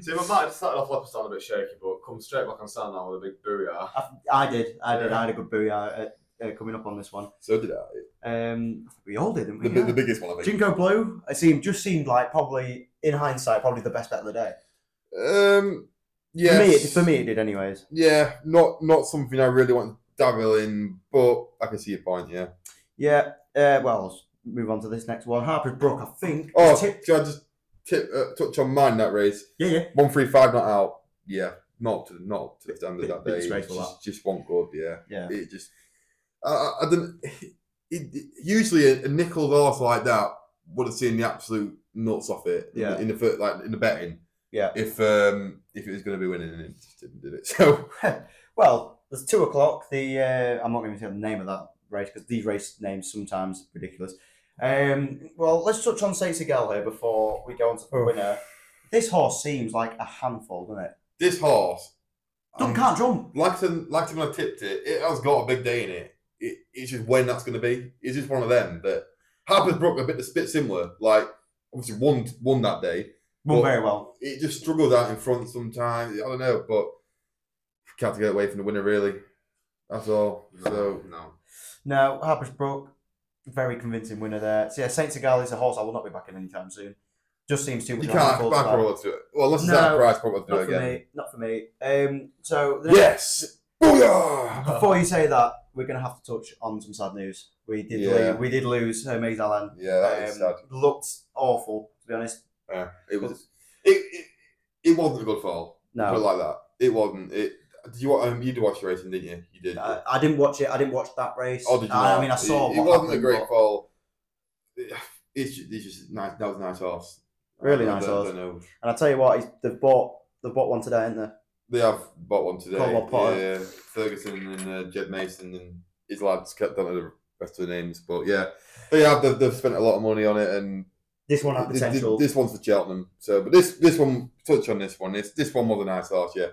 See, my mind started off Leopardstown a bit shaky, but come straight back on sand now with a big booyah.
I, I did. I did. I had a good booyah uh, uh, coming up on this one.
So did I.
Um, we all did, didn't we?
The, bi-
Yeah.
the biggest one, I think.
Jinko Blue, it seemed just seemed like probably in hindsight probably the best bet of the day.
Um, yeah.
For me, it, for me it did anyways.
Yeah, not not something I really want to dabble in, but I can see your point. Yeah.
Yeah. Uh, well, let's move on to this next one. Harper's Brook, I think.
Oh,
tip.
can I just tip uh, touch on mine that race?
Yeah, yeah.
One three five not out. Yeah, not to not to the standard
Bit-
that
bit
day.
disgraceful,
Just, just one good. Yeah.
Yeah.
It just, I, I, I don't. It, it- usually, a, a nickel horse like that would have seen the absolute nuts off it. in the-
Yeah.
In the fir- like in the betting.
Yeah.
If um if it was going to be winning, and it just didn't did it. So
Well, there's two o'clock. The uh, I'm not going to say the name of that race because these race names sometimes ridiculous. Um, well, let's touch on Stacey Gell here before we go on to the winner. This horse seems like a handful, doesn't it?
this horse,
Don't
um,
can't jump.
like I said- like I said when I tipped it, it has got a big day in it. it it's just when that's going to be. It's just one of them that Harper's Brook a bit a bit similar. Like obviously won won that day.
Well,
Well,
very well.
It just struggles out in front sometimes. I don't know, but can't get away from the winner really. That's all. So
no.
No, Harper's Brook, very convincing winner there. So yeah, Saint Segal is a horse I will not be backing anytime soon. Just seems too much.
you
of a
can't
handful
back
to back.
Robert to it. Well, unless it's
No,
that price, Robert to do
Not
it
for
again.
me. Not for me. Um, so the
Yes. Booyah!
Before you say that, we're going to have to touch on some sad news. We did
Yeah.
lose, we did lose Hermes Allen.
Yeah, that is sad.
Um, Looked awful, to be honest.
Yeah, it was. It, it, it wasn't a good fall. Put it
No,
like that. It wasn't. It. Did you wa- um, you did watch the racing, didn't you? You did.
I, I didn't watch it. I didn't watch that race.
Oh, did you?
Uh, I, I
not?
mean, I saw.
It, it
what
wasn't a
happened,
great
but-
fall. It- It's just, it's just nice. That was a nice horse.
Really
I
nice
don't- I
horse.
don't know.
And I tell you what, he's, they've bought they've bought one today, haven't they?
They have bought one today.
Got one pot.
Yeah, Ferguson and uh, Jed Mason and his lads. Kept on the rest of the names, but yeah, they have. They've, they've spent a lot of money on it, and
This one had
th- th-
potential.
this one's for Cheltenham. So, but this this one touch on this one. This this one was a nice horse. Yeah,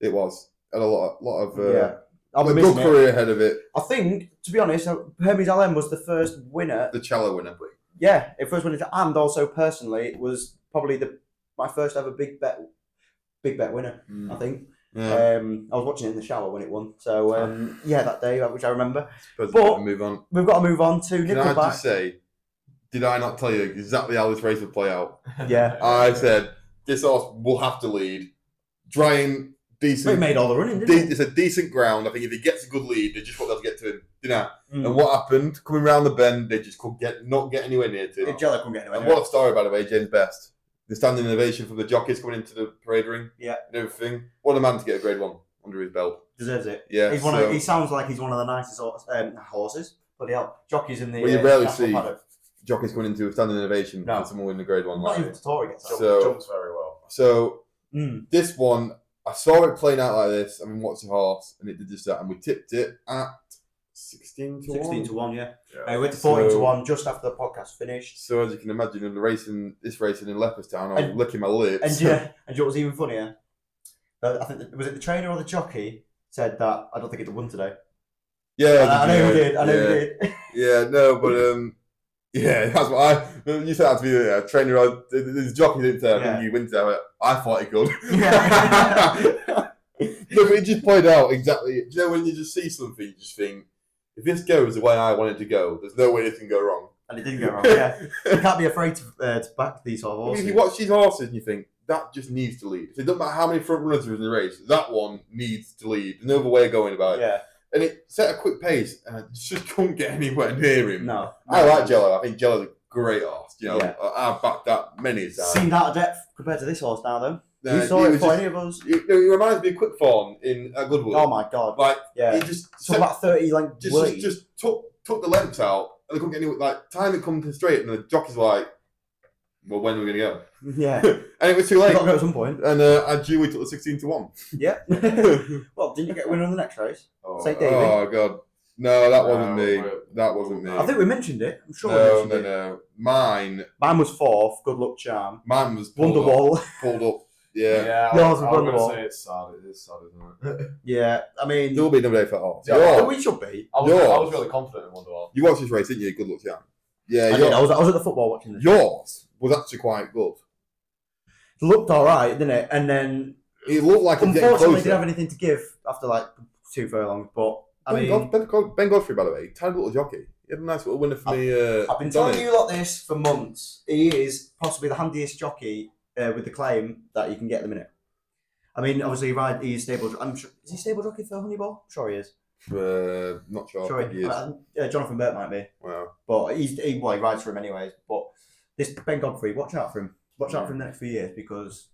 it was. Had a lot of, lot of uh,
yeah, I'm
a good
missing it.
career ahead of it.
I think, to be honest, uh, Hermes Allen was the first winner.
The cello winner.
Yeah, the first winner, to- and also personally, it was probably the my first ever big bet, big bet winner. Mm. I think.
Hmm. Yeah. Ah.
Um, I was watching it in the shower when it won. So um, yeah, that day, which I remember.
Suppose
But-
we can move on.
We've got to move on to
Can I
Nickelback.
just say, did I not tell you exactly how this race would play out?
Yeah.
I said this horse will have to lead. Drying
But he
decent.
made all the running,
de-
didn't he?
it's a decent ground. I think if he gets a good lead, they just want to get to him. You know. And
Mm.
what happened? Coming round the bend, they just could get not get anywhere near to him.
Jello couldn't get anywhere.
And
near
what a story, by the way, James Best. The standing innovation from the jockeys coming into the parade ring.
Yeah.
And everything. What a man to get a grade one under his belt.
it. Deserves it.
Yeah.
He's one
so-
of, he sounds like he's one of the nicest horse, um, horses. Bloody hell. Jockeys in the. uh,
Well, you rarely
national
see
paddock.
jockeys coming into a standing innovation
No.
and someone winning the grade one.
Not
Like
even
this.
the Tory gets that.
Sure. So-
jumps very well.
so
Mm.
this one, I saw it playing out like this. I mean, what's a horse? And it did just that. And we tipped it at 16 to
16
1.
to 1, yeah.
Yeah.
Uh, we went to 14
So-
to 1 just after the podcast finished.
So as you can imagine, in the racing, this racing in Leopardstown, I was
And-
licking my lips.
And yeah, and do you know what was even funnier? Uh, I think the- was it the trainer or the jockey said that I don't think it won today.
yeah,
I, I know he
yeah,
did. I know
yeah,
he did.
Yeah, no, but um, yeah, that's what I. You said that to be a trainer. I, uh, this jockey didn't say I think
Yeah.
you win today. I went, I thought he could.
Yeah.
no, but it just played out exactly. Do you know when you just see something, you just think, if this goes the way I want it to go, there's no way this can go wrong.
and it didn't go wrong. Yeah, you can't be afraid to, uh, to back these sort of
I mean,
horses.
if you watch these horses and you think that just needs to lead. So it doesn't matter how many front runners are in the race. That one needs to lead. There's no other way of going about it.
yeah,
And it set a quick pace, and I just couldn't get anywhere near him.
no.
I like Jello. I think Jello's a great horse. You know,
Yeah.
I, I've backed that many times.
Seemed out of depth compared to this horse now, though.
Uh,
you saw
he
it
was
before
just-
any of us.
he- no, he reminds me of Quick Fawn in uh, Goodwood.
Oh my god!
Like
Yeah,
he just
so
set-
about thirty length
just,
lead.
just just took took the lengths out, and they couldn't get anywhere. Like time it comes to straight, and the jockey's like, "Well, when are we gonna go?"
yeah,
And it was too
you
late.
got to go at some point.
And uh, I duly took the sixteen to one.
Yeah. well, didn't you get a winner on the next race?
Oh,
Say David.
oh, god, no, that wasn't
No,
me.
wait.
That wasn't me.
I think we mentioned it. I'm sure we
no,
mentioned
no,
it.
no. Oh, Mine,
Mine was fourth. Good luck, charm.
mine was pulled up.
Wonderwall.
Pulled up. Yeah.
Yours
I was,
was
I was
wonderful.
gonna say it's sad. It is sad, isn't it?
yeah, I mean,
There'll be another day for art.
Yeah.
You're-
we should be.
I was,
Yours.
I was really confident in Wonderwall.
You watched this race, didn't you? Good luck, Jan. Yeah,
I,
your-
did. I was. I was at the football watching this.
yours was actually quite good.
Looked all right, didn't it? And then
It looked like it's getting
unfortunately
closer.
didn't have anything to give after like two furlongs. But I
ben,
mean,
Godf- ben, Godf- ben Godfrey, by the way, tiny little jockey. He had a nice little winner for me. Uh,
I've been
Donny.
telling you lot this for months. He is possibly the handiest jockey uh, with the claim that you can get at the minute. I mean, obviously, he ride he's stable. I'm sure, is he stable jockey for Honeyball? Sure he is.
Uh, not sure.
sure
He
he
is.
Uh, uh, Jonathan Burt might be,
Wow.
but he's he, well, he rides for him anyways. But this Ben Godfrey, watch out for him. Watch out for him the next few years because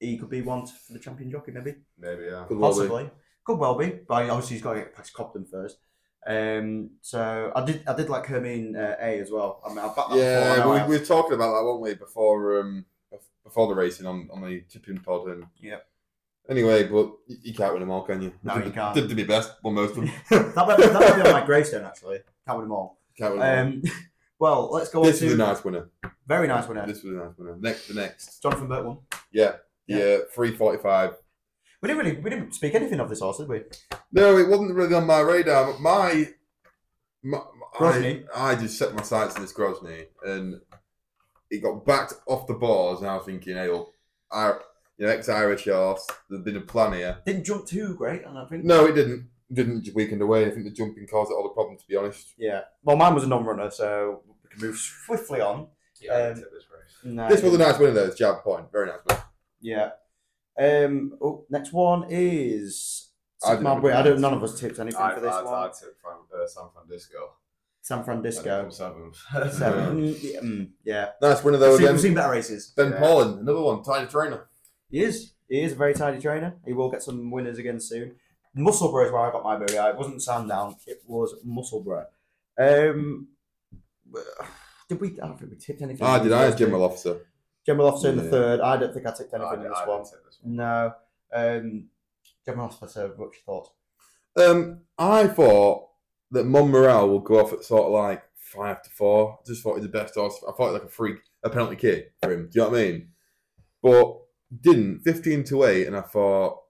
he could be one for the champion jockey, maybe,
Maybe yeah.
Good lord,
possibly. Could well be, but obviously he's got to get past Cobden first. Um, so I did, I did like Hermine uh, A as well. I mean, I backed that
mate. Yeah,
before. I know I
we,
have.
we were talking about that, weren't we, before um before the racing on, on the tipping pod and.
Yep.
Anyway, but you, you can't win them all, can you?
No,
I did
you
the-
can't.
Did, did my best, won most of them.
that might, that might be on my gravestone actually. Can't win them all.
Can't win them
Um, well, let's go
all. This
on
was
to
a nice winner.
very nice winner.
This was a nice winner. Next, the next.
Jonathan Burt won.
Yeah.
Yeah.
Yeah, 345.
We didn't really we didn't speak anything of this horse, did we?
No, it wasn't really on my radar. But my, my I,
Grozny.
I just set my sights on this Grozny and it got backed off the bars. And I was thinking, hey, well, I, you know, ex Irish arse, there's been a plan here.
Didn't jump too great, I don't think.
No, it didn't. Didn't just weakened away. I think the jumping caused it all the problem, to be honest.
Yeah. Well, mine was a non-runner, so we can move swiftly on.
Yeah, I
Um,
tip this race.
No,
This was a nice winner, though. It's jab point. Very nice winner.
yeah. Um. Oh, next one is.
I
I
don't
don't,
know.
I don't. None of us tipped anything
I,
for this
I, I
one.
tip Fran, uh, San Francisco.
San
Disco.
Francisco.
Seventh.
Seven. Mm, yeah, mm, yeah.
Nice winner, though,
We've seen, we've
again.
seen better races.
Ben
Yeah.
Paulin, another one. Tied trainer.
He is. He is a very tidy trainer. He will get some winners again soon. Musselburgh is where I got my booty. It wasn't Sandown. It was Musselburgh. Um, did we? I don't think we tipped anything.
Ah, did I? As general officer.
General officer in the
Yeah.
third. I don't think I tipped
I,
anything in
didn't-
this
I
one.
didn't tip this one.
No. Um, general officer. What your thoughts?
Um, I thought that Mon Morale would go off at sort of like five to four. I just thought it was the best horse. I thought it was like a freak, a penalty kick for him. Do you know what I mean? But didn't fifteen to eight, and I thought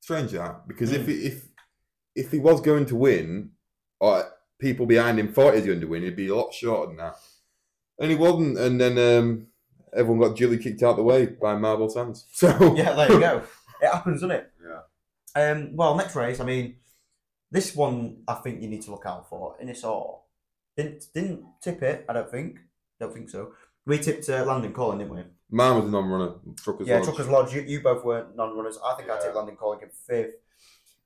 strange that because if
Hmm.
he, if if he was going to win, or people behind him thought he was going to win, he'd be a lot shorter than that. And he wasn't, and then um, everyone got duly kicked out the way by Marble Sands. So
Yeah, there you go. It happens, doesn't it?
Yeah.
Um, well, next race. I mean, this one I think you need to look out for. Innis all didn't didn't tip it. I don't think. Don't think so. We tipped uh, Landon Collin, didn't we?
Mine was a non-runner. Truckers.
yeah,
Lodge.
Truckers Lodge. You, you both were non-runners. I think I
Yeah.
took Landon Collingwood fifth.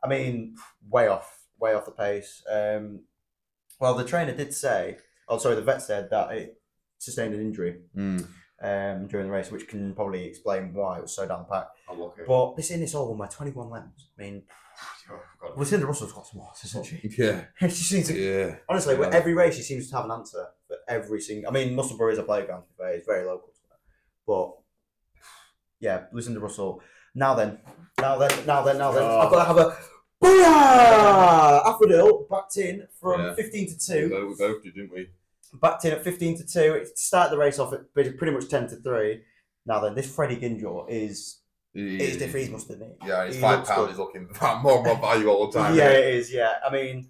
I mean, way off, way off the pace. Um, well, the trainer did say, oh sorry, the vet said that it sustained an injury
Mm.
um, during the race, which can probably explain why it was so down packed.
Unlucky.
But this Innis all won by 21 lengths. I mean,
Oh, God.
Lucinda Russell's got some horse, isn't she?
Yeah,
she seems to,
yeah.
honestly, with
Yeah.
every race, she seems to have an answer for every single. I mean, Musselburgh is a playground, to be fair, it's very local, to that. but yeah, Lucinda Russell. Now then, now then, now then, now then,
Oh.
I've got to have a booyah! Aphrodite backed in from
Yeah.
15 to
We
2
both- we both did, didn't we?
backed in at 15 to 2. It started the race off at pretty pretty much 10 to 3. Now then, this Freddie Ginjor is is different. He's must admit.
Yeah, and his
He
five
looks
pound
good.
is looking more and more value all the time.
yeah,
isn't it?
it is. Yeah, I mean,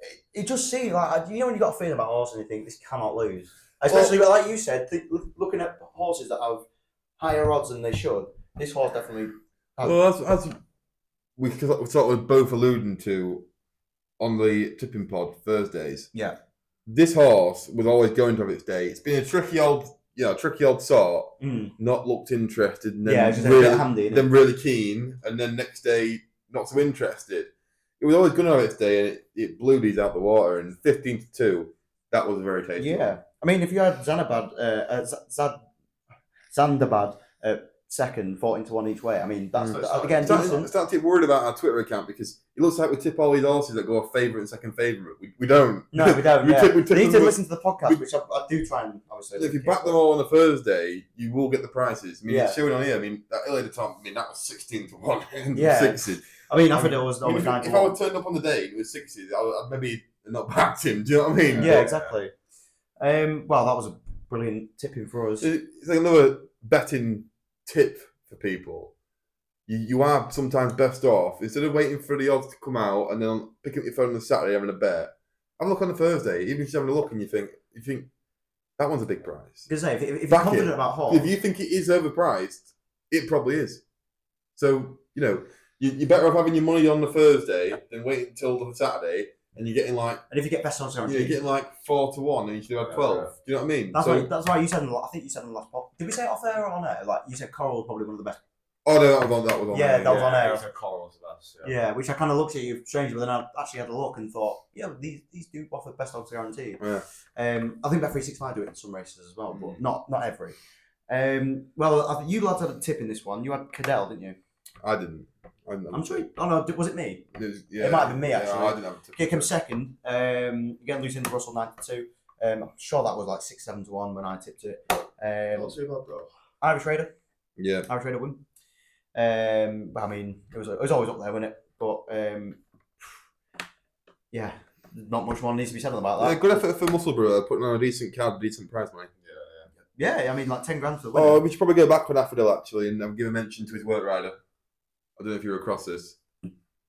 it, it just seems like you know when you got a feeling about horses and you think this cannot lose, especially like you said, th- looking at horses that have higher odds than they should. This horse definitely. Um,
Well, that's, that's we sort of sort of both alluding to on the tipping pod Thursdays.
Yeah.
This horse was always going to have its day. It's been a tricky old, you know, tricky old sort.
Mm,
Not looked interested, and then
yeah, it's just a bit
Hmm. really,
handy. innit?
then really keen, and then next day not so interested. It was always going to have its day, and it, it blew these out the water. And fifteen to two, that was a very tasty. one.
Yeah, I mean, if you had Zanabad, uh, uh, Z- Zad, Zandabad uh, second, fourteen to one each way. I mean, that's
Hmm.
Mm.
that- again
I'm starting, I'm
decent.
starting to get worried about our Twitter account because it looks like we tip all these horses that go off favourite and second favourite. We, we don't.
No, we don't.
we
yeah.
tip- we
you
tip
need
them
to
with-
listen to the podcast, which I, I do try and obviously.
if you
link it,
back them
but-
all on a Thursday, you will get the prices. I mean,
Yeah.
it's showing on here. I mean, that earlier the top, I mean, that was 16 to 1 and
Yeah.
sixes.
I mean, Aphrodite was
I mean,
always
if,
nine to
if I
one.
would turned up on the day with sixes, I would, I'd maybe not backed him. Do you know what I mean?
Yeah, exactly. Um, well, that was a brilliant tipping for us.
It- It's like another betting tip for people. You, you are sometimes best off instead of waiting for the odds to come out and then picking up your phone on the Saturday having a bet. Have a look on the Thursday, even if you're having a look and you think you think that one's a big price.
Because if, if, if you're
Back it.
confident about Hall,
If you think it is overpriced, it probably is. So you know you, you're better off having your money on the Thursday than waiting till the Saturday and you're getting like
and if you get best on
you know, you're
guarantee,
getting like four to one and you should have had twelve. Do you know what I mean?
that's
So-
why. That's why you said. In the, la- I think you said in the last pod. Did we say it off air or on air? Like you said, Coral's probably one of the best.
oh no, that was on. That was on.
Yeah,
there,
that was on air.
a coral to us,
Yeah, which I kind of looked at you strangely, but then I actually had a look and thought, yeah, these these do offer best odds guarantee.
Yeah.
Um, I think Bet three six five do it in some races as well,
Mm.
but not not every. Um, well, I think you lads had a tip in this one. You had Cadell, didn't you?
I didn't. I didn't have
I'm
a
sure.
tip.
You, oh no, was it me?
It, was- yeah,
might have been me,
yeah,
actually.
I didn't have a tip.
Kick him second. Um, again, losing to Russell 92. Um, I'm sure that was like 6 7 to 1 when I tipped it. Um,
Not too bad, bro.
Irish Raider.
Yeah.
Irish Raider win. Um, but I mean, it was, it was always up there, wasn't it? But um, yeah, not much more needs to be said about
yeah.
that.
Good effort for Musselburgh, putting on a decent card, decent prize money.
Yeah, I mean, like 10 grand for the win.
Oh, we should probably go back with Daffodil actually and um, give a mention to his work rider. I don't know if you're across this.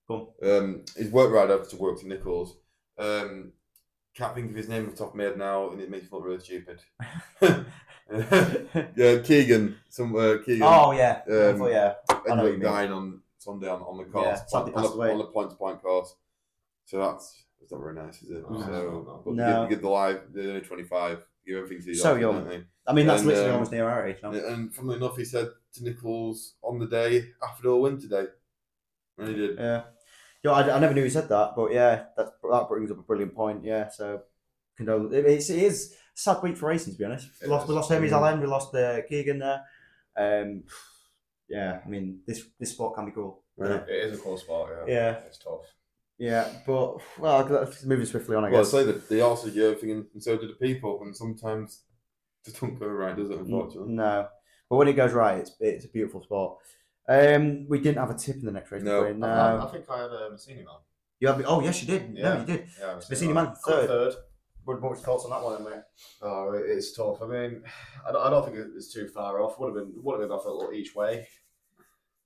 Go
Um, his work rider to work to Nichols. Um, can't think of his name off the top of my head now, and it makes me look really stupid. yeah, Keegan, somewhere Keegan.
oh, yeah.
Um,
oh, yeah. I know what
ended
you
up
mean.
dying on Sunday on, on the course,
Yeah,
point,
sadly
on,
passed
the,
away.
on the point to point course. So that's it's not very nice, is it?
No.
so, but
No.
give, give the live, they're only 25, give everything to these
So
horses,
young.
don't they?
I mean, that's
And,
literally
um,
almost near our age. now.
And, and funnily enough, he said to Nichols on the day after all win today. And he did.
Yeah. Yeah, I, I never knew he said that, but yeah, that that brings up a brilliant point. Yeah, so condol- it, it's, it is a sad week for racing to be honest. We
It
lost, we
is.
lost Hermes
Mm.
Allen, we lost uh, Keegan there. Um, yeah, I mean this this sport can be cruel.
Yeah.
Yeah,
It is a cool spot, yeah.
Yeah.
It's tough.
yeah but well, let's- moving swiftly on, I
Well, I
guess.
say that they also do everything, and, and so do the people, and sometimes it just don't go right, does it? Unfortunately.
no, but when it goes right, it's it's a beautiful sport. Um, we didn't have a tip in the next race.
No.
did we?
I-
no.
I, I think I had a Messini man.
You had, oh yes, you did. No,
Yeah.
you did.
Yeah,
Messini man
Got
third.
third.
What what was your thoughts on that one, then, mate?
Oh, it- it's tough. I mean, I don't, I don't think it's too far off. Would have been would have been off a little each way.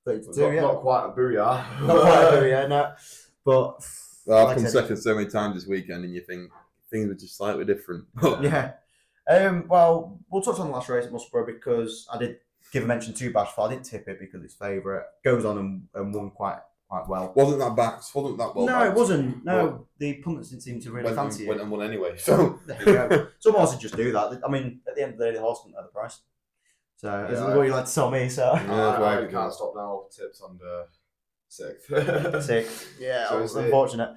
Thirty-two,
not,
yeah.
not quite a booyah.
Not quite over, yeah, no. But
Well,
like
I've
I
come
said,
second so many times this weekend, and you think things were just slightly different. But
Yeah. Um, well, we'll touch on the last race at Musselburgh because I did give a mention to Bashful. I didn't tip it because it's favourite. Goes on and, and won quite quite well.
wasn't that backs? Wasn't that well?
no,
backed?
it wasn't. No,
Well-
the pundits didn't seem to really
went,
fancy
and,
it.
went and won anyway. So
There you go. Some horses just do that. I mean, at the end of the day, the horse didn't know the price. So this is
Yeah,
what you like to tell me. So
Yeah, that's what I
I, I
could do.
can't stop now. Tips under sixth.
sick. Yeah,
So
it's
is it-
unfortunate.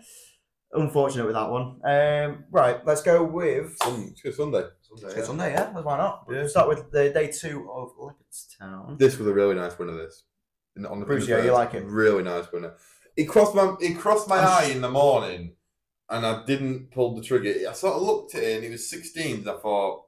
Unfortunate with that one. Um, right, let's go with.
Sun- it's good Sunday.
Let's
Sunday,
go
yeah.
Sunday, yeah. Why not?
Yeah.
Start with the day two of Leopardstown.
This was a really nice winner. This And on the
Bruce,
on the
yeah, you
third,
like it?
Really nice winner. It crossed my it crossed my eye in the morning, and I didn't pull the trigger. I sort of looked at it, and it was 16s. and I thought,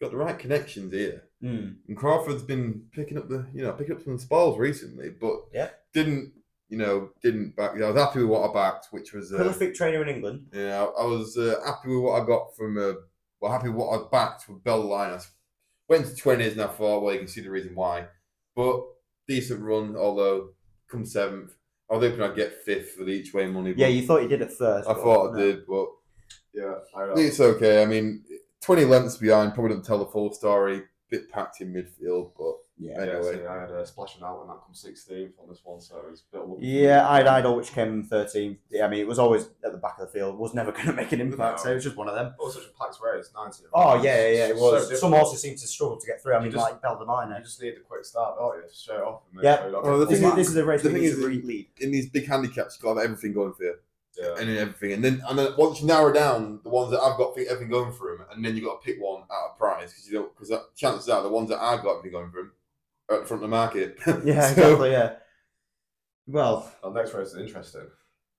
got the right connections here.
Mm.
And Crawford's been picking up the you know picking up some spalls recently, but
Yeah.
didn't you know didn't back. I was happy with what I backed, which was uh,
Prolific trainer in England.
yeah. I was uh, happy with what I got from uh, well happy with what I backed with Bell Linus. Went to twenties and I thought, well, you can see the reason why, but decent run. Although come seventh, I was hoping I'd get fifth for the each way money.
Yeah,
but
you thought you did at first.
I
but
thought I
no.
did, but
Yeah, I know.
it's okay. I mean, twenty lengths behind probably doesn't tell the full story. Bit packed in midfield, but
Yeah.
Yeah,
anyway.
see, I had a splashing out and that come 16th on this one, so it was a bit of luck.
Yeah, I'd Idol, which came in 13th. Yeah, I mean, it was always at the back of the field, was never going to make an impact,
No.
so it was just one of them.
Oh, such a packed race, 90.
Oh, yeah, yeah, yeah, it
So
was.
different.
Some horses seemed to struggle to get through. I
You
mean,
just-
like
You
Belladonna.
just need a quick start, don't you? Straight off. And make
Yeah.
sure you don't
Well, the
get
This
thing
is,
full
is-
this is a race
the
where you
thing
need to
is-
re- lead.
in these big handicaps, you've got to have everything going for you.
back. Yeah.
and then everything. And then and then once you narrow down the ones that I've got everything going for him, and then you have got to pick one out of prize because you don't because chances are the ones that I've got everything going for him are at the front of the market.
Yeah,
So,
exactly, yeah. Well,
Our next race is interesting.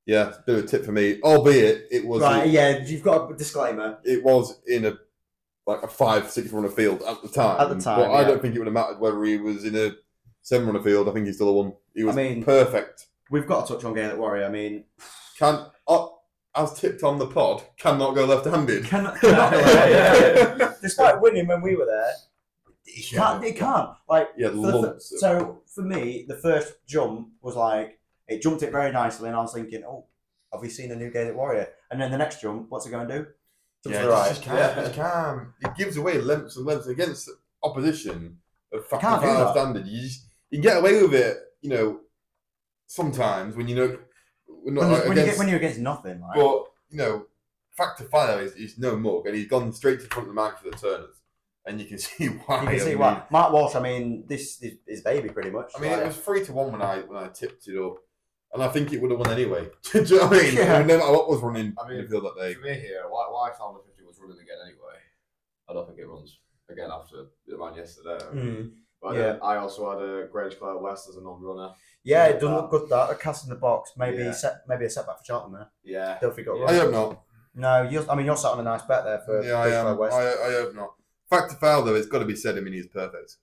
Yeah, it's a bit of a tip for me, albeit it was
right, yeah, you've got a disclaimer.
it was in a like a five six runner field at the time.
At the time,
but I
yeah.
don't think it would have mattered whether he was in a seven runner field. I think he still won. He
I
was
mean,
perfect.
we've got to touch on Gaelic Warrior. I mean,
Can uh, as tipped on the pod, cannot go left handed.
can,
yeah, yeah.
despite winning when we were there, it can't. It can't. Like,
Yeah,
For the fir-
lumps. of-
so for me, the first jump was like it jumped it very nicely, and I was thinking, oh, have we seen a new Gaelic warrior? And then the next jump, what's it going to do? Jump
Yeah,
to the
just,
right.
just calm, just calm. It gives away lengths and lengths against opposition of fucking
can't do
high
that.
standard. You just, you get away with it, you know, sometimes when you know we're not
When,
like,
when you
against,
get, when you're against nothing, like
but you know, factor fire is, is no mug, and he's gone straight to front of the mark for the turners, and you can see why.
you can
I
see
mean-
why. Mark Walsh, I mean, this is his baby pretty much.
I mean,
like,
it was three to one when I when I tipped it up, and I think it would have won anyway. do you know what I mean?
Yeah.
No matter what was running
I mean,
in the field that day.
For me here, why, why I found the 50 was running again anyway. I don't think it runs again after it ran yesterday.
mm.
But
Yeah.
I also had a Grange Clare West as a non-runner.
yeah, it doesn't look good. That a cast in the box, maybe
Yeah.
set, maybe a setback for Charlton there.
Yeah.
Don't forget.
Yeah.
I
right.
hope not.
No, you're, I mean you're sat on a nice bet there for
yeah, I
Bridgeway
am.
West.
I, I hope not. Fact to foul though, it's got to be said. I mean, he's perfect.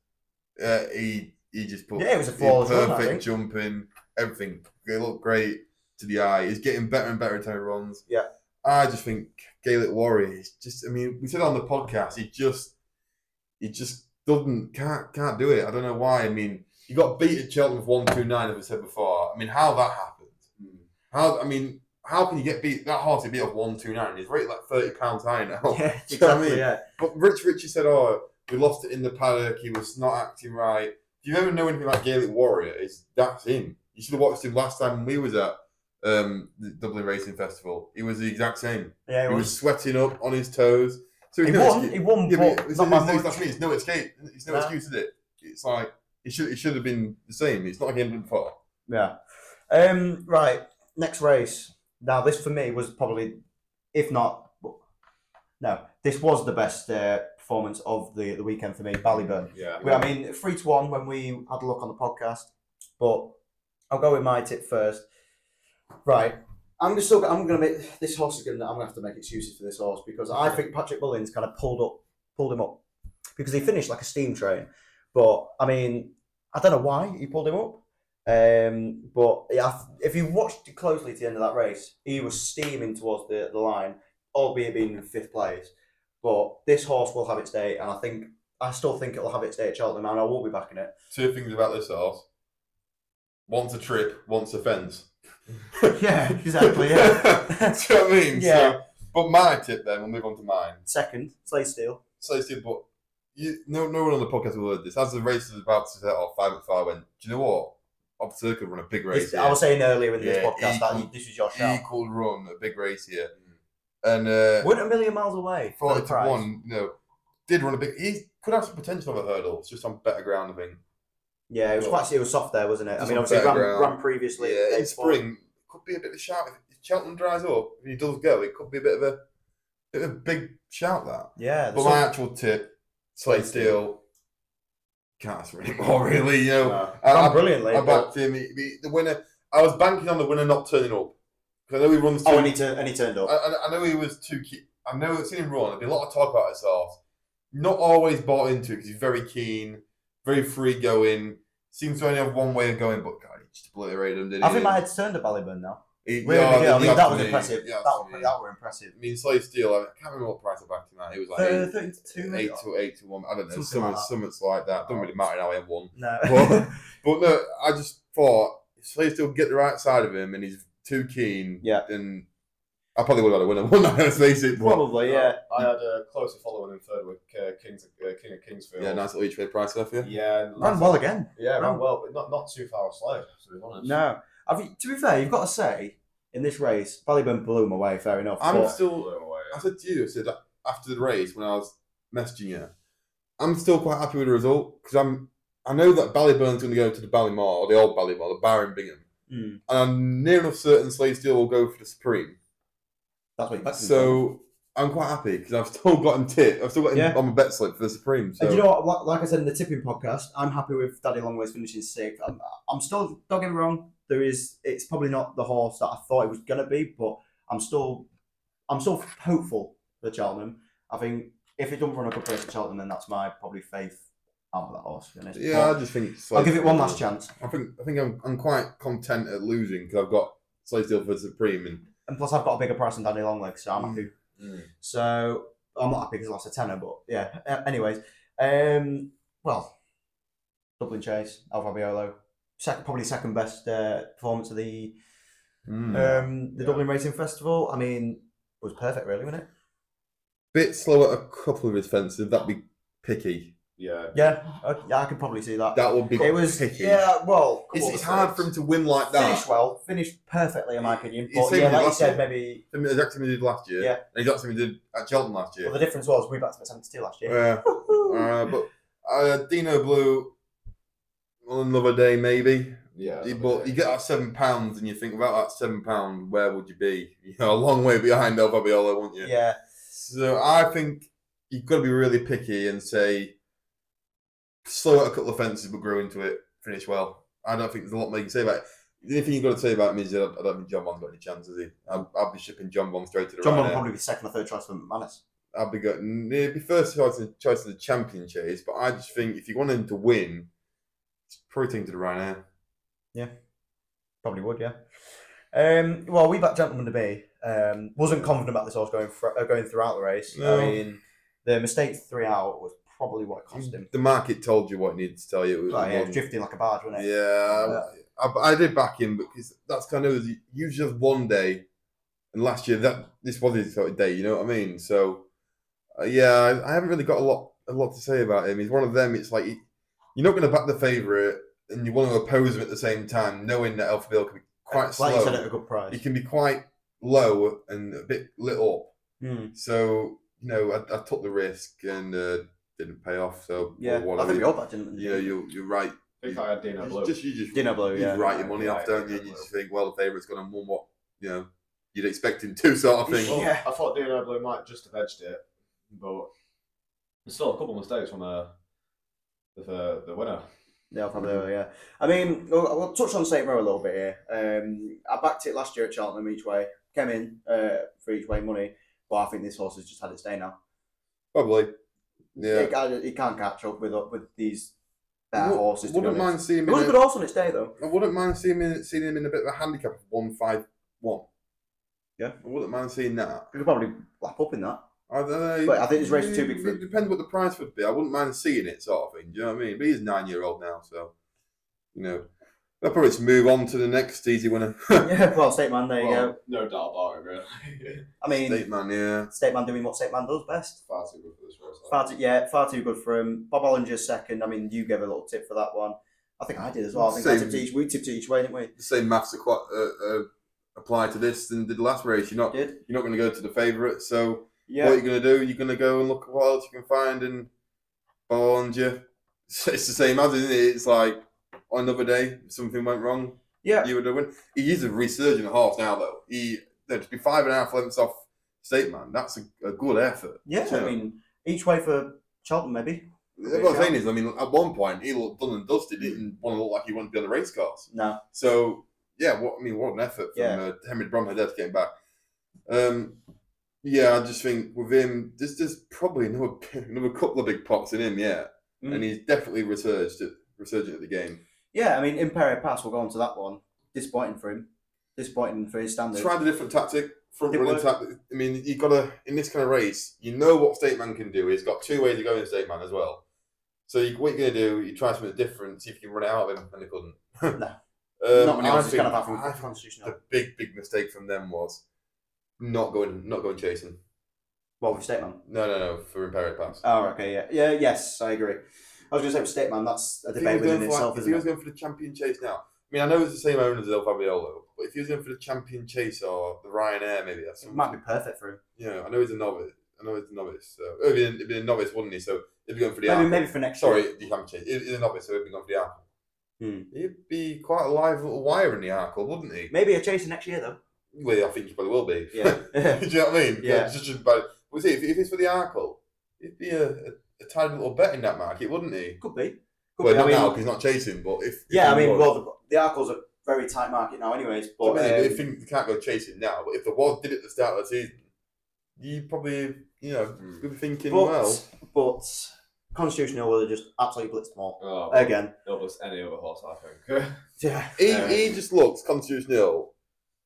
Uh, he he just put
Yeah, it was a
he
flawless run, I
perfect
think.
jumping, everything. It looked great to the eye. He's getting better and better at how he runs.
Yeah.
I just think Gaelic Warrior is just. I mean, we said on the podcast, he just he just doesn't can't can't do it. I don't know why. I mean, he got beat at Cheltenham with one two nine, as I said before. I mean, how that happened? How I mean, how can you get beat that hard to beat off one two nine? He's rated like thirty pounds high now.
yeah,
Do you know what I
exactly.
mean?
Yeah,
But Rich Richie said, "Oh, we lost it in the paddock. He was not acting right." If you ever know anything about Gaelic Warrior, it's that's him. You should have watched him last time we was at um, the Dublin Racing Festival. He was the exact same.
yeah.
He
It was,
was sweating up on his toes. So
it
no
won.
escape-
It won.
Yeah, but
but
it's,
not
it's,
by
it's-
much.
that's me. It's no escape. It's no
Nah.
excuse, is it? It's like it should it should have been the same. It's not like he ended far.
Yeah. Um, right. Next race. Now, this for me was probably, if not, no, this was the best uh, performance of the, the weekend for me, Ballyburn.
Yeah.
Well, I mean, three to one when we had a look on the podcast, but I'll go with my tip first. Right. I'm gonna still. I'm gonna make this horse again. I'm gonna have to make excuses for this horse because I think Patrick Mullins kind of pulled up, pulled him up, because he finished like a steam train. But I mean, I don't know why he pulled him up. Um, but yeah, I- if you watched closely at the end of that race, he was steaming towards the, the line, albeit being in fifth place. But this horse will have its day, and I think I still think it'll have its day at Cheltenham, and I will be backing it.
Two things about this horse: once a trip, once a fence.
yeah,
Do you know what I mean?
Yeah.
So, but my tip then, we'll move on to mine.
Second, Slay Steel.
So, Steve, but you, no, no one on the podcast will heard this. As the race was about to set off, five at five went, do you know what? Ob Circle run a big race.
This-
Here.
I was saying earlier in this
Yeah,
podcast that
equal-
you- this is your shout.
equal run, a big race here. And uh,
Weren't a million miles away. for the
40 to
prize.
1, you know, did run a big. He could have some potential of a hurdle. It's just on better ground, I think.
Yeah, it was quite. It was soft there, wasn't it? I
Just
mean,
on
obviously, ran,
fairground.
ran previously. the
Yeah,
day
in
before.
spring could be a bit of a shout. If Cheltenham dries up, if he does go, it could be a bit of a, bit of a big shout that.
Yeah, the
But my actual tip, Slade Steel, can't ask for any more really. You know,
Uh,
sun-
I-
ran
I-
brilliantly.
I
but-
backed him. He, he- the winner. I was banking on the winner not turning up because I know he runs.
oh,
two-
and he, tur- and he turned up.
I, I- I know he was too keen. I know I've seen him run. There'd be a lot of talk about his arse. Not always bought into because he's very keen, very free going. Seems to only have one way of going, but God, he just obliterated him, didn't
I
he?
think my head's turned to Ballyburn now.
He-
Really,
yeah,
yeah, I mean, that was
absolutely,
impressive.
yeah,
that, was,
absolutely.
that were impressive.
I mean, Slave Steel, I can't remember what price I backed him at. It was like
Uh,
eight,
32
eight to eight to one. I don't
Something
know, something,
like that.
something like that. Doesn't really matter now, I won.
No.
But, but no, I just thought Slade still get the right side of him, and he's too keen.
Yeah.
and I probably would have had a winner. One night, let's face it. But,
Probably, yeah.
I had a closer following in third with uh, Kings, uh, King of Kingsfield.
yeah, nice little each way price off you.
Yeah, and
Ran well again.
Yeah,
Ran-
ran well, but not, not too far aside, to be honest.
No. I've, to be fair, you've got to say, in this race, Ballyburn blew him away, fair enough.
I'm
but-
still. I said to you, I said that after the race when I was messaging you, I'm still quite happy with the result because I'm. I know that Ballyburn's going to go to the Ballymore or the old Ballymore, the Bar in Bingham,
Mm,
and I'm near enough certain Slade Steel will go for the Supreme.
that's what you expected.
So I'm quite happy because I've still got him tip. I've still got him
Yeah.
on my bet slip for the Supreme. So
And you know what? Like, like I said in the tipping podcast, I'm happy with Daddy Longways finishing sixth. I'm, I'm still don't get me wrong. There is it's probably not the horse that I thought it was gonna be, but I'm still I'm still hopeful for Cheltenham. I think if it doesn't run a good place for Cheltenham, then that's my probably faith out of that horse. To be honest.
yeah, I just think it's
But I'll
like-
give it one last chance.
I think I think I'm, I'm quite content at losing because I've got Slade Steel for the Supreme and
And plus, I've got a bigger price than Danny Longlegs, so I'm
Mm.
happy. So I'm not happy because I lost a tenner, but yeah. A- Anyways, um, well, Dublin Chase, Alfabiolo, sec- probably second best uh, performance of the
Mm.
um, the
Yeah.
Dublin Racing Festival. I mean, it was perfect, really, wasn't it?
bit slow at a couple of his fences. That'd be picky.
Yeah.
Yeah, I, yeah, I could probably see that.
That would be.
it was,
picky.
yeah. Well,
It's,
couple
it's
of
hard
mistakes.
for him to win like that.
Finished well, finished perfectly in my opinion.
He's
But
saved
yeah,
it
like you
last
said,
year.
maybe.
I mean, exactly what he did last year.
Yeah.
and exactly what he did at Cheltenham last year.
Well, the difference was we backed him at seventy-two last year.
Yeah. Uh, but uh, Dino Blue, another day maybe.
Yeah.
You, bought, you get that seven pounds, and you think about that seven pound. Where would you be? You know, a long way behind El Fabiola, wouldn't you?
yeah.
So I think you've got to be really picky and say slow at a couple of fences, but grow into it. Finish well. I don't think there's a lot more you can say about it. The only thing you've got to say about him is I don't, I don't think John Bond's got any chance, has he? I'll, I'll be shipping John Bond straight to the
John
right
will
now.
probably be second or third choice for McManus.
I'll be going. It'd be first choice in, choice in the champion chase, but I just think if you want him to win, it's probably taking to the right now.
Probably would, yeah. Um, well, we backed Gentleman to be. Um, wasn't confident about this horse going fr- uh, going throughout the race.
No.
I mean, the mistake three out was probably what it cost him.
The market told you what it needed to tell you. It was
Like, yeah, it
wrong.
was drifting like a barge, wasn't it?
Mm. Yeah, I, I- I did back him because that's kind of usually just one day, and last year that this was his sort of day. You know what I mean? So, uh, yeah, I, I haven't really got a lot a lot to say about him. He's one of them. It's like you- you're not going to back the favourite, and you want to oppose him at the same time, knowing that Alpha Bill can be quite slow.
like you said, at a good price.
he can be quite low and a bit lit up.
Hmm.
So you know, I, I took the risk and uh, didn't pay off. So
Yeah,
well,
I think we
whatever.
all backed Gentleman.
yeah, you're you're right.
I think I had Dino Blue.
Just, just you just
Dino Blue,
you
yeah.
write your money
Yeah,
off,
yeah,
don't you?
yeah,
And you
yeah.
just think, well, the favourite's going to win what you know you'd expect him to, sort of thing.
Well,
Yeah.
I thought Dino Blue might just have edged it, but there's still a couple of mistakes from uh,
uh,
the the winner.
Yeah, probably.
Mm.
Yeah, I mean, we'll, we'll touch on Saint Row a little bit here. Um, I backed it last year at Cheltenham each way. Came in uh, for each way money, but I think this horse has just had its day now.
Probably. Yeah.
It, can't- it can't catch up with with these bad
Wou-
horses. To be
wouldn't
honest.
mind seeing him.
It was a
In
good
a,
horse on its day, though.
I wouldn't mind seeing him, seeing him in a bit of a handicap of one five one.
Yeah.
I wouldn't mind seeing that.
We could probably lap up in that.
I don't know.
But I think this race is too big for
It
him.
depends what the price would be. I wouldn't mind seeing it, sort of thing. Do you know what I mean? But he's nine year old now, so you know. They'll probably just move on to the next easy winner.
yeah, well, State Man, there you
Well,
go.
No doubt about it, really.
I mean, State,
State man, yeah.
Man doing what State Man does best.
Far too good for this race.
Far too, yeah, far too good for him. Bob Ollinger's second. I mean, you gave a little tip for that one. I think I did as well. I think I
Same.
tipped each. We tipped each way, didn't we?
The same maths are quite, uh, uh, apply to this than did the last race. You're not
Did
you're not going to go to the favourite. So What
Yeah.
are you going to do? You're going to go and look at what else you can find and bond you. It's it's the same as, isn't it? It's like on another day, something went wrong,
Yeah.
you would have win. He is a resurgent half now, though. He There'd be five and a half lengths off state, man. That's a, a good effort.
Yeah.
I mean, each way for Cheltenham, maybe.
What I'm saying is, I mean, at one point, he looked done and dusted. He didn't want to look like he wanted to be on the race cars.
No.
So, yeah, what I mean, what an effort from
Yeah.
uh, Hemid Bromhead came back. Um, yeah, I just think with him, there's, there's probably another, another couple of big pops in him, yeah.
Mm.
And he's definitely resurged at, resurgent at the game.
Yeah, I mean, Imperial Pass, we'll go on to that one. Disappointing for him. Disappointing for his standards.
Tried a different tactic, front
It
running
worked.
tactic. I mean, you got to, in this kind of race, you know what State Man can do. He's got two ways to go in State Man as well. So, you, what you're going to do, you try something different, see if you can run it out of him, and he couldn't.
No.
Um,
Not many
I
horses
think-
can have
I
that
think
from constitutional.
the big big mistake from them was not going not going chasing.
Well, with Stateman.
No, no, no, for imperative pass.
Oh, okay, yeah. Yeah, yes, I agree. I was going to say with Stateman, that's a
If he was
debate within
going for,
itself,
like, if he
isn't
was
it?
going for the champion chase now, I mean, I know it's the same owner as El Fabiolo, but if he was going for the champion chase or the Ryanair, maybe that's
It might be perfect for him.
you know, I know he's a novice. I know he's a novice. So oh, he'd, be it'd be a novice, wouldn't he? So he'd be going for the
maybe,
Apple.
maybe for next
Sorry,
year.
the champion chase. He- He's a novice, so he'd be going for the Apple.
Hmm.
He'd be quite a live little wire in the Arkle, wouldn't he?
Maybe a chaser next year, though.
Well, I think he probably will be.
Yeah.
Do you know what I mean?
Yeah.
Just, just about, well, see, if, if it's for the Arkle, it'd be a, a, a tiny little bet in that market, wouldn't he?
Could be. Could be.
well, not
I mean,
now 'cause he's not chasing, but if. if
yeah, I
he
mean,
was-
well, the, the Arkle's a very tight market now, anyways. But,
I mean,
um,
if he can't go chasing now, but if the Wad did it at the start of the season, you probably, you know,
Hmm.
would be thinking,
but,
well.
but Constitutional will have just absolutely blitzed them all.
Oh,
Again.
it'll bust any other horse, I think.
Yeah.
He,
Um,
he just looks constitutional.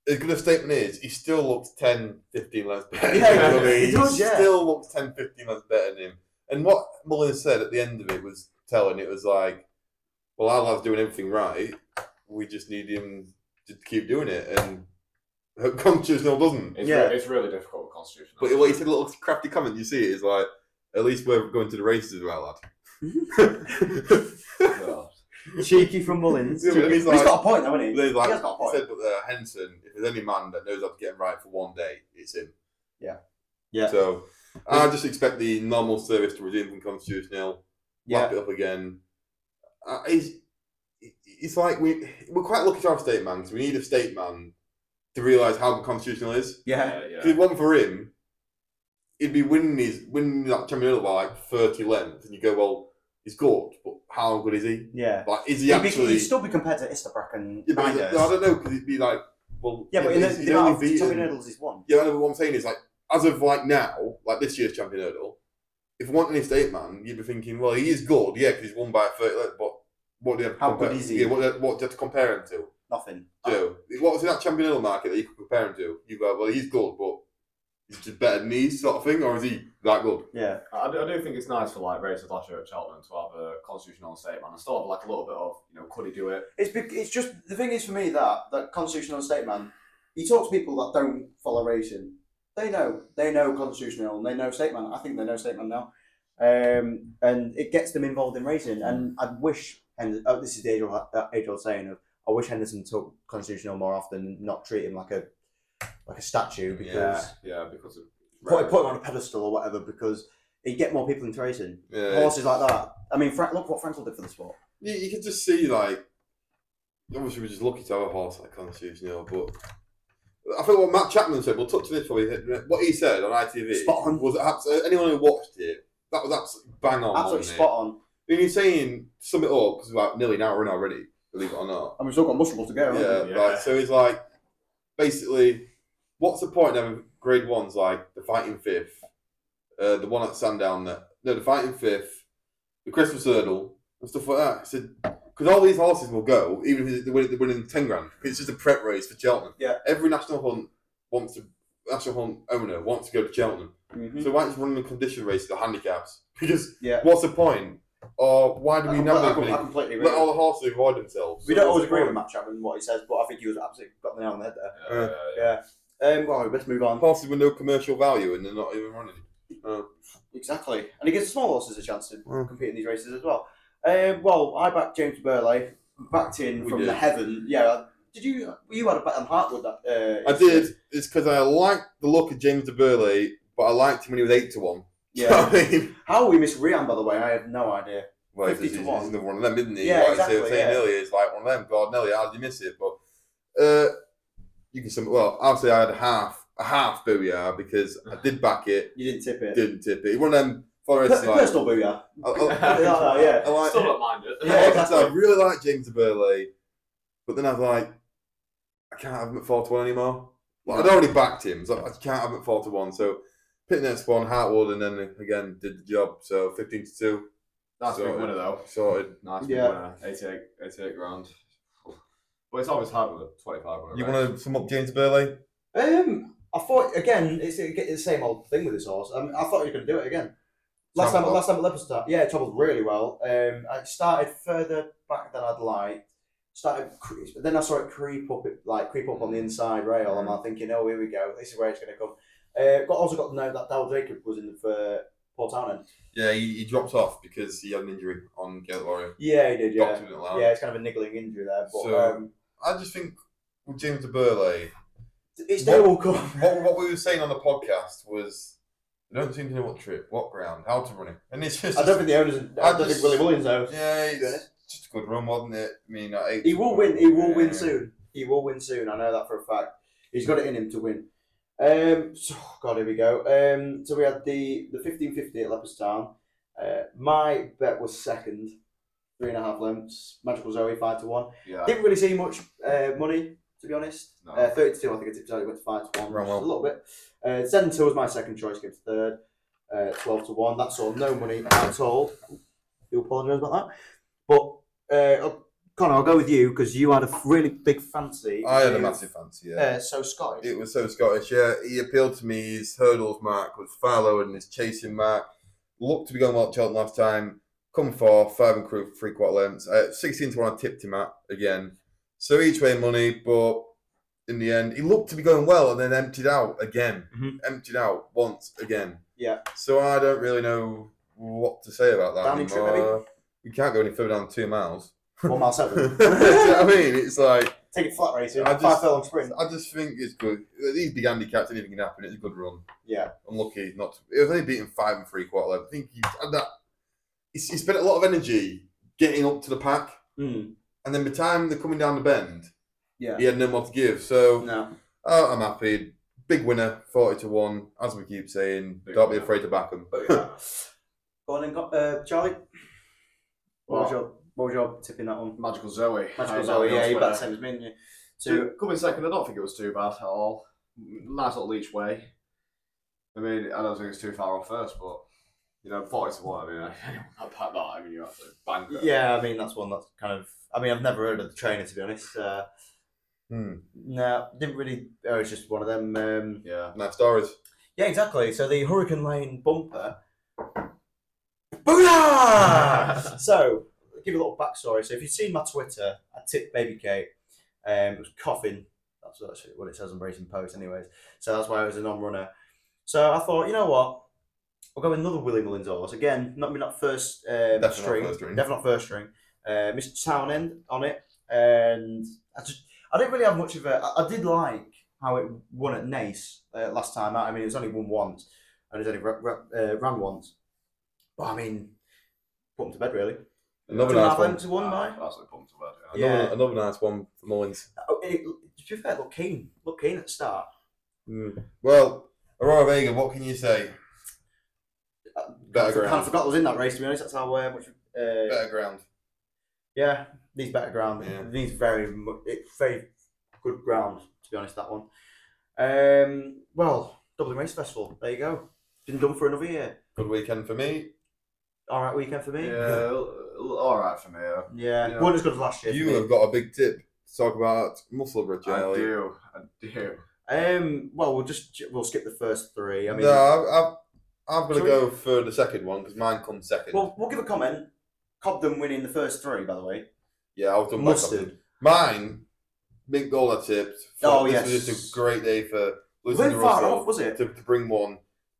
As good a statement is, he still looks 10, 15 lengths better.
Yeah,
than him.
he does, yeah.
still looks 10, 15 lengths better than him. And what Mullins said at the end of it was telling, it was like, well, our lad's doing everything right. We just need him to keep doing it. And constitutional doesn't.
It's,
Yeah.
re- it's really difficult with constitutional.
But what he said, a little crafty comment, you see it, is like, at least we're going to the races with our lad.
God.
Cheeky from Mullins.
Yeah, but he's
he's
like-
got a point, though, hasn't he?
There's like
he has got a
he
point.
said, but uh, Henson, if there's any man that knows how to get him right for one day, it's him.
Yeah. Yeah.
So I just expect the normal service to resume from constitutional.
Yeah.
Wrap it up again. Uh, it's, it's like we we're quite lucky to have a state man 'cause we need a state man to realise how constitutional is.
Yeah.
Yeah, yeah.
If it wasn't for him, he'd be winning his winning that champion by like thirty lengths, and you go, well, he's good, but how good is he?
Yeah.
Like, is he
He'd, be,
actually?
he'd still be compared to Istabrak and
Yeah, but
Nigers.
I don't know because it'd be like, well,
Yeah, but in the,
he's- he's
the amount
only
of
beaten-
Tommy Noodles is one.
Yeah, I know, but what I'm saying is like, as of like now, like this year's champion hurdle, if you want any state man, you'd be thinking, well, he is good, yeah, because he's won by thirty. like, But what do you have to
How
compare?
good is he?
Yeah, what, what do you have to compare him to?
Nothing.
So, what was in that champion hurdle market that you could compare him to? You go, well, he's good, but he's just better than me, sort of thing, or is he that good?
Yeah.
I, do, I do think it's nice for like races last year at Cheltenham to have a constitutional statement. I still have like a little bit of you know could he do it?
It's bec- it's just the thing is for me that that constitutional statement. You talk to people that don't follow racing. They know they know constitutional and they know statement. I think they know statement now, um, and it gets them involved in racing. And I wish and oh, this is the age old age old saying of I wish Henderson took constitutional more often, not treat him like a like a statue because
yeah, because of
put, put him on a pedestal or whatever because he'd get more people into racing.
Yeah,
Horses like that. I mean, Frank, look what Frankel did for the sport.
you, you can just see like obviously we're just lucky to have a horse like constitutional, but I think what Matt Chapman said, we'll touch on this probably what he said on ITV
Spot on.
was absolutely anyone who watched it, that was absolutely bang on.
Absolutely
wasn't it?
spot on.
I mean, he's saying sum it up because we're like nearly an hour in already, believe it or not.
And we've still got muscles to go. haven't we?
Yeah,
Yeah.
Like, so he's like, basically, what's the point of having grade ones like the fighting fifth, uh, the one at Sandown that no, the fighting fifth, the Christmas hurdle and stuff like that. He said because all these horses will go even if they're winning, they're winning ten grand. 'cause It's just a prep race for Cheltenham.
Yeah.
every national hunt wants to national hunt owner wants to go to Cheltenham.
Mhm.
So why don't you run the condition races, the handicaps? Because
Yeah.
what's the point? Or why do
I
we
com-
know
Uh, I
they're
com- I
winning?
completely agree.
Let all the horses avoid themselves.
we
So
don't
what's
always
the
agree
point?
with Matt Chapman what he says, but I think he was absolutely got the nail on the head there.
yeah, yeah, yeah.
Um, well, let's move on.
horses with no commercial value and they're not even running.
Exactly, and it gives the small horses a chance to
Mm.
compete in these races as well. Um, well, I backed James Burley, backed in
We
from
did.
the heaven. Yeah, did you? You had a bet on Hartwood that uh,
I did. It's because I like the look of James de Burley but I liked him when he was eight to one.
Yeah.
I mean,
How we missed Rian, by the way, I have no idea.
well, he's,
50
he's,
to
he's
one.
another one of them, isn't he?
Yeah,
like I
exactly,
was saying
yeah.
earlier, it's like one of them. God, Nelly, how did you miss it? But uh, you can sum. Well, I'll say I had half a half booyah because I did back it,
You didn't tip it.
didn't tip it. One of them. For
Per- personal booyah. Yeah, no, no, yeah.
I like-
Still don't mind it.
Yeah,
I,
exactly.
I really like James Burley, but then I was like, I can't have him at four to one anymore. Like, I'd already backed him, so I can't have him at four to one. So picked next one, Hartwood, and then again did the job. So fifteen to two,
That's a big
Sorted.
winner though.
sorted.
Nice
Yeah.
big winner. 88, 88 grand. But it's always hard with a 25 winner.
You want to sum up James Burley?
Um, I thought again, it's, it's the same old thing with this horse. Um, I thought you could do it again. Last time,
Travelled.
last time at Leopard Star, yeah, it travelled really well. Um, I started further back than I'd like. Started, cre- but then I saw it creep up, it, like creep up on the inside rail,
Mm.
and I'm thinking, oh, here we go, this is where it's going to come. Uh, got also got to know that Dal Jacob was in for Port Town end.
Yeah, he, he dropped off because he had an injury on Gail Warrior.
Yeah, he did. Yeah,
Doctor didn't allow him.
yeah, it's kind of a niggling injury there, but
So-
um,
I just think with James Burley,
it's day will come.
what, what we were saying on the podcast was, I don't seem to know what trip, what ground, how to run it, and it's just
I don't think the owners. I
I
don't think
just-
Willie Williams knows.
Yeah,
Yeah.
it's just a good run, wasn't it? I mean, at eight
He
to
will
one,
win. He will
yeah.
win soon. He will win soon. I know that for a fact. He's got it in him to win. Um, so God, here we go. Um, so we had the the fifteen fifty at Leopardstown. Uh, my bet was second, three and a half lengths. Magical Zoe five to one.
Yeah.
Didn't really see much uh, money to be honest.
No.
Uh, thirty to two, I think I tipped out. It went to five to one,
Wrong
which is
one.
a little bit. Uh, seven to two was my second choice. Came to third, uh, twelve to one. That's all. No money at all. Do apologise about that, but uh, Connor, I'll go with you because you had a f- really big fancy.
I had a
You-
massive fancy. Yeah.
Uh, so Scottish.
It was so Scottish. Yeah, he appealed to me. His hurdles mark was far lower than his chasing mark. Looked to be going well at Cheltenham last time. Come for five and crew three quarter lengths. Uh, Sixteen to one, I tipped him at again. So each way money, but in the end, he looked to be going well, and then emptied out again.
Mhm.
Emptied out once again.
Yeah.
So I don't really know what to say about that
Down in trip,
anymore. we can't go any further down than two miles.
one mile
Do you
seven.
know what I mean? It's like
Take it flat racing.
I
five
just-
furlong sprint.
I just think it's good. These big handicaps, anything can happen. It's a good run.
Yeah.
I'm lucky not. To, it was only beating five and three quarter. length. I think he, and that he he spent a lot of energy getting up to the pack,
Mm.
and then by the time they're coming down the bend,
Yeah.
he had no more to give. So
No.
oh, I'm happy. Big winner, forty to one, as we keep saying.
Big
don't be
winner.
afraid to back him.
But yeah. go on and go, uh, Charlie. What was your What was your tip in that one?
Magical Zoe.
Magical
Uh,
Zoe. Yeah,
Zoe's
you bet
winner.
the same as me. didn't you? Two.
So coming second, I don't think it was too bad at all. Nice little leech way. I mean, I don't think it's too far off first, but you know, forty to one. I mean, anyone that back that, I mean, you have to bang it.
Yeah, I mean that's one that's kind of. I mean, I've never heard of the trainer to be honest. Uh,
Hmm.
no, didn't really. Oh, it's just one of them. Um,
Yeah.
Nice stories.
yeah, exactly. So the Hurricane Lane bumper. Booyah! so give a little backstory. So if you've seen my Twitter, I tipped Baby Kate. Um, it was coughing. That's what- that's what it says on Racing Post, anyways. So that's why I was a non-runner. So I thought, you know what? I'll go with another Willie Mullins horse again. Not not first um,
Definitely not
string.
first string.
Definitely not first string. Uh, Mr. Townend on it, and I just I didn't really have much of a. I, I did like how it won at Nace uh, last time out. I mean, it was only won once, and it's only re- re- uh, ran once. But I mean, put him to bed really.
Another
Two and a
nice
half
one.
lengths to one by.
Absolutely pumped about it.
Another,
Yeah.
another nice one for Mullins.
Oh, it, to be fair, look keen, look keen at the start.
Mm. Well, Aurora Vega, what can you say?
Uh,
Better
I kind of
ground.
forgot I was in that race. To be honest, that's how uh, much. Uh,
Better ground.
Yeah, needs better ground.
Yeah.
Needs very mu- it very good ground to be honest. That one. Um. Well, Dublin Race Festival. There you go. Been done for another year.
Good weekend for me.
All right weekend for me.
Yeah, l- l- all right for me. uh,
Yeah.
Yeah.
Wasn't as good as last year. for
You
me.
have got a big tip to talk about muscle bridge.
I
Ali.
do, I do.
Um. Well, we'll just we'll skip the first three. I mean,
no, I, I, I'm going
Shall
to
we-
go for the second one because mine comes second.
we'll we'll give a comment. Cobden winning the first three, by the way.
yeah, I was done by something.
Mustard.
Mine, big goal I tipped.
Oh,
this
yes.
was just a great day for
Went
Lucinda
far
Russell
off, was it?
to, to bring one.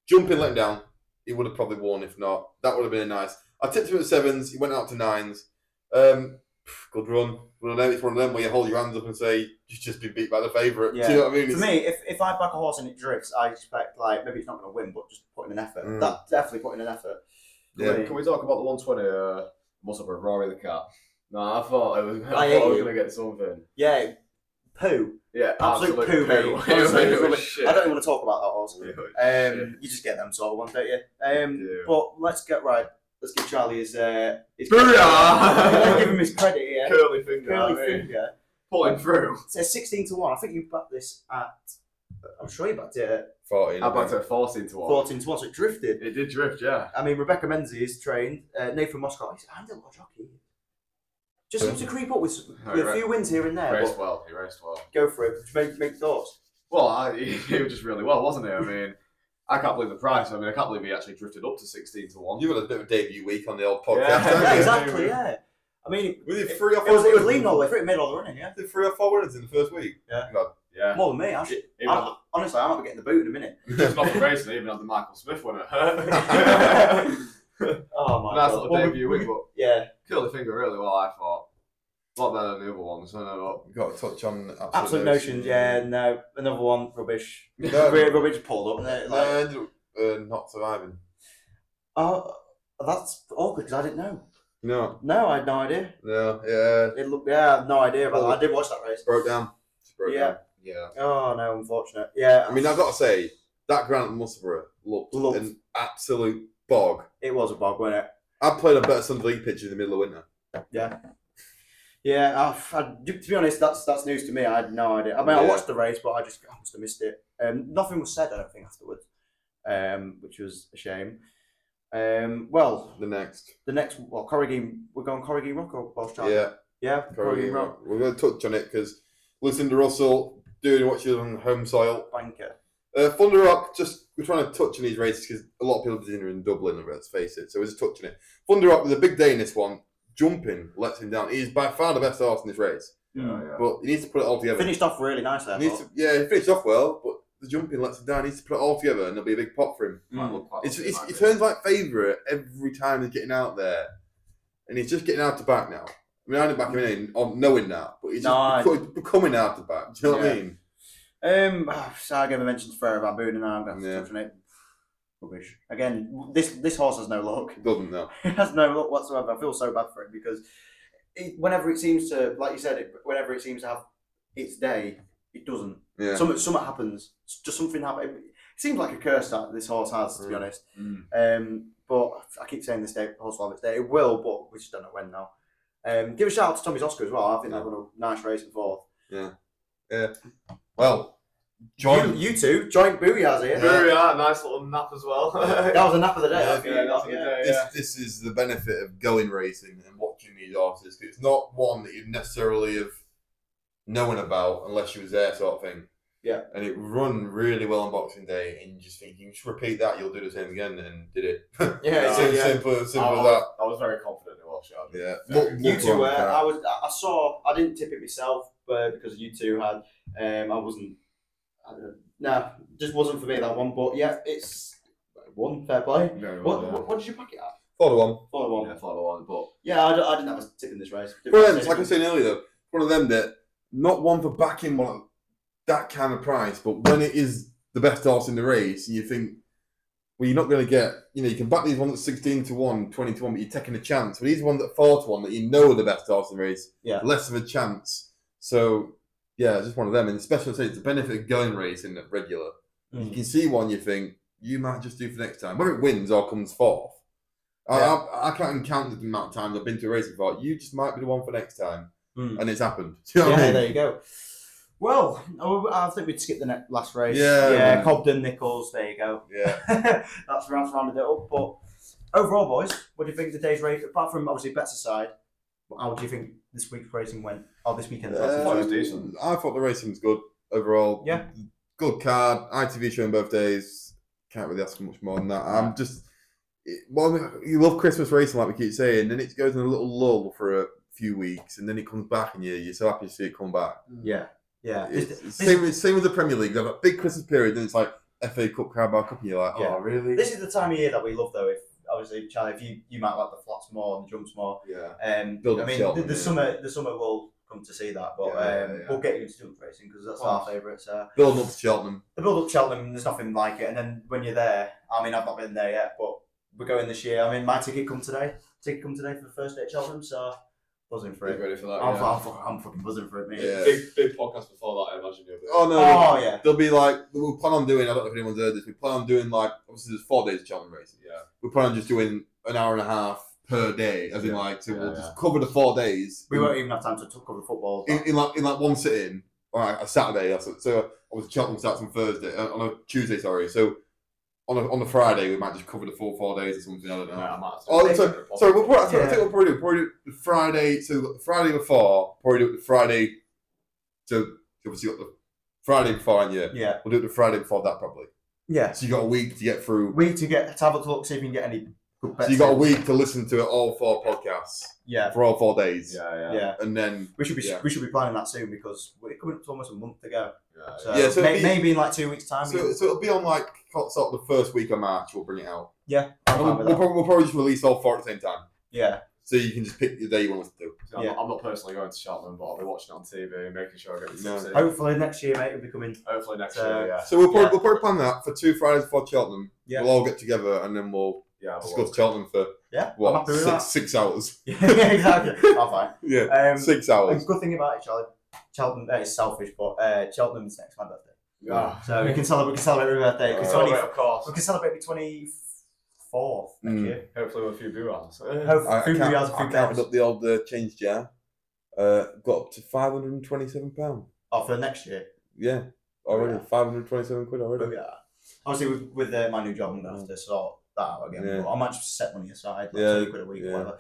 Jumping, let him down. He would have probably won if not. That would have been nice. I tipped him at sevens. He went out to nines. Um, good run. Well, then it's one of them where you hold your hands up and say you've just been beat by the favourite. Do
Yeah.
you know what I mean?
For
It's-
me, if, if I back a horse and it drifts, I expect like maybe it's not going to win, but just putting an effort.
Mm.
That definitely putting an effort.
Yeah.
Like,
Can we talk about the 120? Uh, what's up with Rory the cat? No, I thought I was, I
I hate
thought I was
you.
gonna get something.
yeah, poo.
Yeah,
Absolute poo, mate.
It was-
Honestly,
it was
it was
shit.
I don't even want to talk about that horse.
It was
Um, you just get them sort of ones, don't you? Um,
Yeah.
But let's get right. Let's give Charlie his. Uh, his
Booyah!
Let's give him his credit
shit.
here.
Curly finger.
Curly
I mean,
finger.
Pulling through.
So sixteen to one. I think you backed this at. I'm sure you backed it at
14.
I backed it 14 to 1.
fourteen to one. So it drifted.
It did drift, yeah.
I mean, Rebecca Menzies trained. Uh, Nathan Moscott. He's handed a lot of jockey. Just seems to creep up with, s-
Oh,
with a
right.
few wins here and
He
there.
raced
But
well. He raced well.
go for it. Make make thoughts.
Well, I, he was just really well, wasn't he? I mean, I can't believe the price. I mean, I can't believe he actually drifted up to 16 to 1.
You've had a bit of a debut week on the old podcast.
Yeah,
haven't
Yeah,
you?
exactly. Yeah. I mean, it,
Was it three or
it
four?
was it was
winners?
leading all the way through. It made all the running. Yeah.
Did three or four winners in the first week.
Yeah.
More than me. I should,
Even
I'm-
had the-
honestly, I might be getting the boot in a minute.
it's not the race, even had the Michael Smith winner. nice
Nice Oh my god.
little
Well, we-
debut win, but
Yeah.
curly finger really well, I thought. A lot better than the other ones. I don't know.
We've got to touch on absolute,
Absolute notions. Yeah. No. Another one. Rubbish.
No,
Re- rubbish pulled up. And it,
no,
like,
I ended up uh, not surviving.
oh, that's awkward because I didn't know.
No,
No, I had no idea.
no, yeah,
It looked. Yeah, I had no idea about that. I did watch that race.
broke down. Just broke
Yeah.
down.
Yeah.
Oh no, unfortunate. Yeah.
I mean, I've got to say that Grant Musselburgh looked,
Looked.
an absolute bog.
it was a bog, wasn't it?
I played a better Sunday league pitch in the middle of winter.
Yeah. I, I, to be honest, that's that's news to me. I had no idea. I mean, I
Yeah.
watched the race, but I just I must have missed it. Um, nothing was said. I don't think afterwards, um, which was a shame. Um, well,
The next,
the next well Corrigan we're going Corrigan Rock or Welsh Charter?
yeah,
Yeah, Corrigan
Corrigan.
Rock
We're going to touch on it because Lucinda Russell doing what she was on home soil.
banker.
Uh, Thunder Rock, just we're trying to touch on these races because a lot of people did in Dublin, let's face it. So we're just touching it. Thunder Rock with a big day in this one. Jumping lets him down. He's by far the best horse in this race,
Yeah,
Oh,
yeah.
but he needs to put it all together.
Finished off really nicely. I
He needs
thought.
to- yeah, he finished off well, but the jumping lets him down. He needs to put it all together, and there'll be a big pot for him.
Hmm.
Might look quite
It's,
lucky,
it's,
might
he
be.
turns like favourite every time he's getting out there, and he's just getting out to back now. I mean, I didn't back him in on knowing that, but he's just
No,
beco- becoming out to back. Do you know what I mean?
Um, ah, so I gave a mention to Ferrer Van Boon, and I'm going to
Yeah.
touch on it. Rubbish. Again, this this horse has no luck.
Doesn't know.
It has no luck whatsoever. I feel so bad for it because it, whenever it seems to, like you said, it, whenever it seems to have its day, it doesn't.
Yeah.
Some something happens. Just something happens. It seems like a curse that this horse has, to be
Mm.
honest.
Mm.
Um, but I keep saying this day, horse will have its day. It will, but we just don't know when now. Um, give a shout out to Tommy's Oscar as well. I think they
Yeah.
won a nice race in fourth.
Well, John.
You, you two, joint booyahs
Mm.
here.
Yeah.
Very uh, nice little nap as well.
That was a nap of the day.
Yeah,
I think.
yeah, that's a
Yeah.
day,
this,
yeah.
this is the benefit of going racing and watching these horses. 'cause It's not one that you'd necessarily have known about unless you was there, sort of thing.
Yeah.
And it run really well on Boxing Day, and you just think you just repeat that, you'll do the same again, and did it.
Yeah, it's-
It's so
yeah. Oh,
simple, simple as
I, I
that.
was, I was very confident in Welsh Yard.
Yeah.
Very-
Look-
You
look
two uh,
on
were.
that.
I was. I I saw. I didn't tip it myself, but because you two had, um, I wasn't. I don't know. No, just wasn't for me that one. But yeah, it's one fair play.
Very
What,
well,
what, what did you pack it at?
Follow on.
Four
yeah.
one.
Yeah, follow on, but
Yeah, I, d- I didn't have a tip in this race.
One of them, like I was saying earlier, though, one of them that not one for backing one at that kind of price, but when it is the best horse in the race, and you think, well, you're not going to get, you know, you can back these ones at 16 to 1, 20 to 1, but you're taking a chance. But these ones at 4 to 1 that you know are the best horse in the race,
Yeah.
less of a chance. So, yeah, it's just one of them. And especially, I say, it's the benefit of going racing at regular. You
Mm.
can see one, you think, you might just do for next time. Whether it wins or comes fourth. I,
Yeah.
I, I can't even count the amount of times I've been to a race and thought, you just might be the one for next time
Mm.
and it's happened. Do you know what I
Yeah,
mean?
there you go. Well, oh, I think we'd skip the next, last race.
Yeah,
yeah.
man.
Cobden Nichols. There you go.
yeah.
that's round rounded it up. But overall, boys, what do you think of today's race? Apart from obviously better side, how do you think this week's racing went? Oh, this weekend's racing.
thought it was
Um,
decent.
I thought the racing was good overall.
Yeah.
Good card. ITV showing both days. Can't really ask for much more than that. I'm just. It, well, you love Christmas racing, like we keep saying, then it goes in a little lull for a few weeks, and then it comes back, and you you're so happy to see it come back.
Mm.
Yeah, yeah.
It's,
This, this-
same with same with the Premier League. They have a big Christmas period, and it's like FA Cup, Carabao Cup, and you're like, oh,
Yeah.
really?
this is the time of year that we love, though. If obviously, Charlie, if you, you might like the flats more and the jumps more.
Yeah.
Um,
Build
I
up
mean,
shelf,
the, the
yeah.
summer the summer will come to see that, but
Yeah,
um,
yeah, yeah.
we'll get you into jump racing because that's our favourite. So
Building up to Cheltenham.
the build up Cheltenham, there's nothing like it. And then when you're there, I mean, I've not been there yet, but we're going this year. I mean, my ticket come today. Ticket come today for the first day at Cheltenham, so buzzing for it.
ready for that.
I'm,
yeah.
I'm, I'm, fucking buzzing for it, mate.
Yeah.
Big, big podcast before that, I imagine. You'll be
Oh no.
Oh yeah.
There'll be like we'll plan on doing. I don't know if anyone's heard this. We plan on doing like obviously there's four days of Cheltenham racing.
Yeah.
We plan on just doing an hour and a half per day, as in like so
Yeah,
we'll
yeah.
just cover the four days.
We
in,
won't even have time to t- cover football.
in, in like in like one sitting. All right, a Saturday. That's it. So obviously Cheltenham starts on Thursday uh, on a Tuesday. Sorry. So on a, on a Friday we might just cover the full four days or something. I don't know.
Yeah, I might have to-
Oh, sorry, sorry. We'll probably, I
Yeah.
think we'll probably do probably do the Friday. So the Friday before, probably do it the Friday. So obviously you got the Friday before, and yeah,
Yeah.
we'll do it the Friday before that probably.
Yeah.
So you got a week to get through.
We to get to have a look, see if you can get any good
So
bets.
you got a
in.
week to listen to all four podcasts
Yeah.
for all four days,
Yeah, yeah.
Yeah.
and then
We should be
Yeah.
we should be planning that soon because we're coming up to almost a month ago.
yeah.
So,
Yeah, so
may-
it'd be-
maybe in like two weeks' time.
so,
we-
so it'll be on like sort of the first week of March. We'll bring it out.
yeah,
And
I'm fine
We'll,
with
we'll
that.
probably, we'll probably just release all four at the same time,
yeah,
so you can just pick the day you want us to do.
See, I'm,
Yeah.
not, I'm not personally going to Cheltenham, but I'll be watching it on TV and making sure I get the
No.
tickets in.
hopefully next year, mate, it'll be coming.
Hopefully next
So-
year, yeah.
So we'll probably,
Yeah.
we'll probably plan that for two Fridays before Cheltenham.
Yeah.
We'll all get together and then we'll
Yeah, but
discuss Cheltenham for
Yeah, I'm
what
happy with
six, six hours.
that. yeah, exactly. I'm fine.
Yeah,
Um,
six
The
hours.
good thing about it, Charlie, Cheltenham, uh, it's selfish, but uh, Cheltenham's next my birthday,
Ah.
yeah.
so we can celebrate. We can celebrate my birthday. We
Uh,
can
Oh,
celebrate-
wait, of course.
we can celebrate the twenty fourth next
Mm.
year.
Hopefully with a few boo hours.
Hopefully,
I, I,
food
count-
hours,
I
food
counted
bells.
up the old uh, change jar. Uh, got up to five hundred and twenty-seven pound.
Oh, for next year.
Yeah, already five hundred twenty-seven quid already.
Yeah. Obviously, with, with uh, my new job, I'm going to have to sort that out again.
Mm. Yeah.
But I might just set money aside, like
Yeah,
20 quid a week
yeah.
or whatever.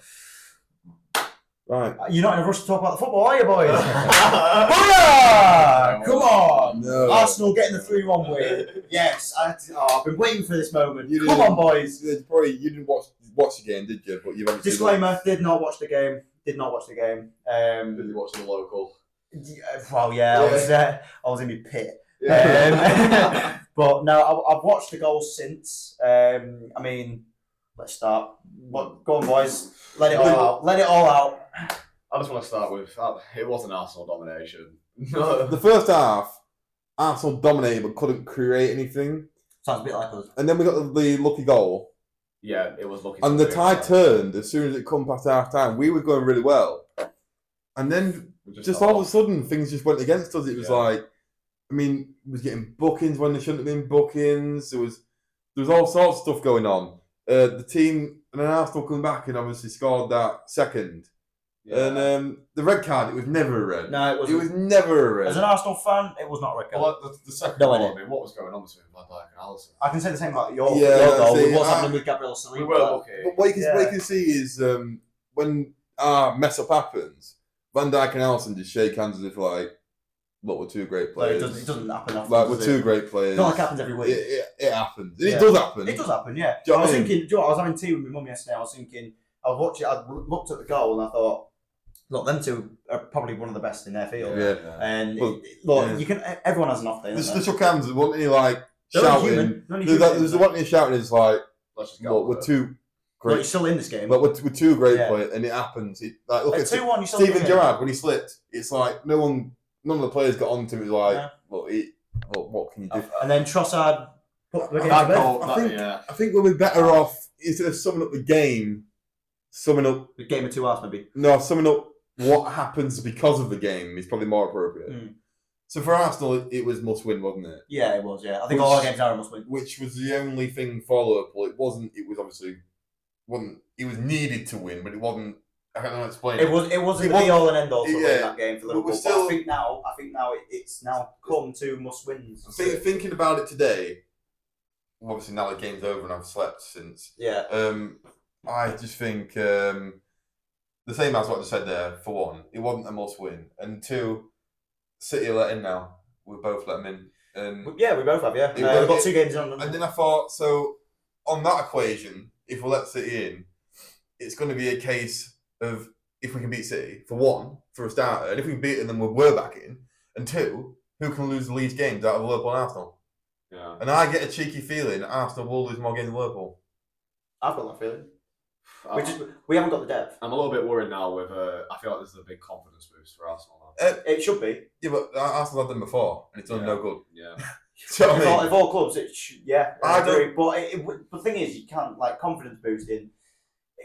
Right.
You're not in a rush to talk about the football, are you, boys?
Yeah.
Hurrah! Come on!
Oh, No.
Arsenal getting the 3 1 win. Yes, I, oh, I've been waiting for this moment.
You
Come
did.
on, boys.
You probably you didn't watch watch the game, did you? But you've obviously
Disclaimer did not watch the game. Did not watch the game. Um,
Busy watching the local.
d- uh, well, yeah, I was uh, I was in my pit.
Yeah.
Um, but no, I, I've watched the goals since. Um, I mean, let's start. What, go on, boys. Let it all out. Let it all out.
I just want to start with uh, it was an Arsenal domination.
the first half, Arsenal dominated but couldn't create anything,
Sounds a bit like us.
and then we got the, the lucky goal,
yeah, it was lucky.
and the tie
title.
turned as soon as it come past half time. We were going really well, and then just all of a sudden things just went against us. It was
Yeah.
like, I mean, we was getting bookings when there shouldn't have been bookings. There was there was all sorts of stuff going on. Uh, the team and then Arsenal come back and obviously scored that second. And um, the red card, it was never a red.
No, it was.
It was never a
as an
red.
Arsenal fan, it was not a red card.
Well, the, the second
No
goal,
idea.
I mean, what was going on between Van Dijk and Allison?
I can say the same about your,
Yeah,
your goal.
see,
with what's
I-
happening with Gabriel Salim?
We were lucky.
But what you can, what you
Yeah.
can see is um, when our mess up happens, Van Dijk and Allison just shake hands as if like, look, we're two
Like,
great
it,
players.
doesn't, it doesn't happen often.
like we're
does
two
it?
great players.
Not like it happens every
it,
week.
it, it happens. And
Yeah.
It does happen.
It does happen, yeah.
Do you know
I was
what I mean?
thinking, do you know what, I was having tea with my mum yesterday. I was thinking, I was watching, I looked at the goal and I thought, look, them two are probably one of the best in their field.
Yeah.
And
Well,
it- it- look,
yeah.
you can. Everyone has an off day.
They,
don't
they
they?
shook hands. There wasn't any like
They're only
shouting.
human. They're only
There's,
human,
that, there's the
isn't
one thing shouting is like,
Let's just go.
look, we're
with it.
two
they? Look, you're
great.
still in this game.
Like we're, we're two great
Yeah.
players, and it happens. It, like look
At
at
two one, you're still in
Steven
this
Gerrard when he slipped, it's like no one, none of the players got on to him. It was like,
Yeah.
look, he, look, what can you do?
game. And then Trossard put the game
that
to bed.
goal,
I
that,
think-
yeah.
I think we'll be better off instead of summing up the game, summing up
The game of two hours, maybe.
no, summing up what happens because of the game is probably more appropriate.
Mm.
So for Arsenal, it, it was must win, wasn't it?
Yeah, it was. Yeah, I think
Which-
all our games are a must win.
Which was the only thing for Liverpool. It wasn't. It was obviously wasn't. It was needed to win, but it wasn't. I don't know how to explain it.
It was. It wasn't
It
the
was-
be all and end all for
yeah.
winning that game for
But we're
Liverpool. But
still-
I think now, I think now it, it's now come to must wins.
Think, thinking about it today, obviously now the game's over and I've slept since.
Yeah.
Um, I just think um, the same as what I said there. For one, it wasn't a must win, and two, City are let in now. We both let them in, Um, and
We- Yeah, we both have. Yeah,
It
Uh,
was-
we've got two games on.
and then I thought, so on that equation, if we let City in, it's going to be a case of if we can beat City for one for a starter, and if we can beat them, then we're- we're back in, and two, who can lose the least games out of Liverpool and Arsenal?
Yeah.
And I get a cheeky feeling Arsenal will lose more games than Liverpool.
I've got that feeling. We
Uh,
I'm,
just we haven't got the depth.
I'm a little bit worried now with. Uh, I feel like this is a big confidence boost for Arsenal. Now.
It should be.
Yeah, but Arsenal had them before, and it's done no good.
Yeah,
Do you know
If
what I
all,
mean?
if all clubs, it should, yeah, I,
I don't-
agree. But it, it, but the thing is, you can't like confidence boosting.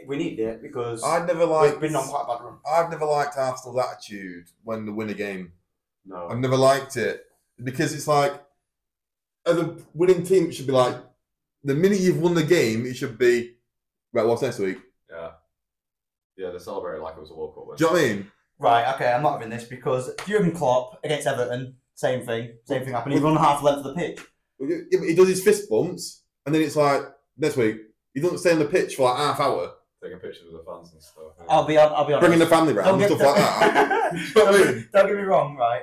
We need it because
I'd never
we've
liked.
been on quite a bad run.
I've never liked Arsenal's attitude when they win a game.
no.
I've never liked it because it's like, as a winning team, it should be like, the minute you've won the game, it should be, right, what's next week?
Yeah, yeah. They celebrated like it was a World Cup win.
Do you know what I mean?
Right, okay, I'm not having this because Jurgen Klopp against Everton, same thing, same thing happened. He run half the length of the pitch.
He- He does his fist bumps, and then it's like, next week. He doesn't stay on the pitch for like half hour,
Taking pictures of the fans and stuff. yeah.
I'll be, hon- I'll be honest.
bringing the family round and stuff like that. Do you know what I mean?
Don't get me wrong, right?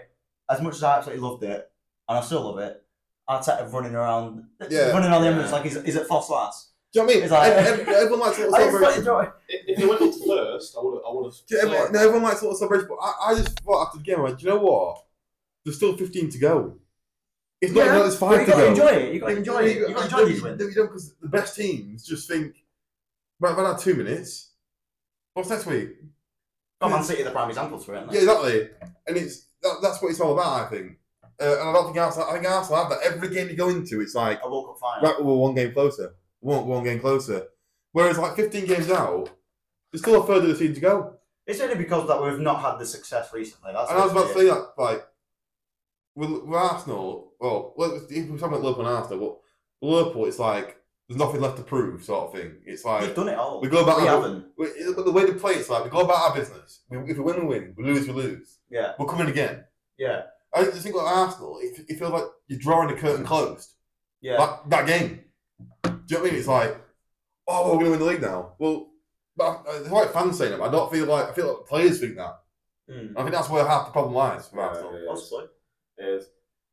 As much as I absolutely loved it, and I still love it, Arteta running around,
Yeah.
running around the
Yeah.
Emirates like he's, he's at Foss Lass.
Do you know what I mean?
It's like-
Ev- ev- everyone likes little
I just fucking
celebrations.
don't-
If, if they went up first, I would. I would
Do you- everyone,
have.
no, everyone likes a little celebration, but I, I just thought after the game, I went, do you know what? There's still 15 to go. It's not
Yeah,
even like there's
But
five
you
to
got to
go.
enjoy it. you got to enjoy it. you got to enjoy these
You
wins.
don't, because the best teams just think, right, I've had two minutes. What's next week?
Got Man City the prime examples for it. aren't they?
Yeah, exactly. And it's that, that's what it's all about, I think. Uh, and I don't think Arsenal, I think Arsenal have that. Every game you go into, it's like,
A World Cup final.
right, we're one game closer. One, one game closer. Whereas, like, 15 games out, there's still a third of the season to go.
It's only because that we've not had the success recently. That's
and I was about to
literally
say that, like, with, with Arsenal, well, let's- if we're talking about Liverpool and Arsenal, but Liverpool, it's like, there's nothing left to prove, sort of thing. It's
it.
like,
We've done it all.
we go about
We
our,
haven't.
we- but the way they play, it's like, we go about our business. We, if we win, we win. We lose, we lose.
Yeah,
We're coming again.
yeah,
I just think like Arsenal, it, it feels like you're drawing the curtain closed.
yeah.
That, that game. Do you know what I mean? It's like, oh, well, we're going to win the league now. Well, but uh, I, it's like fans saying that, but I don't feel like, I feel like players think that.
Mm.
I think that's where half the problem lies for Arsenal.
Possibly.
is.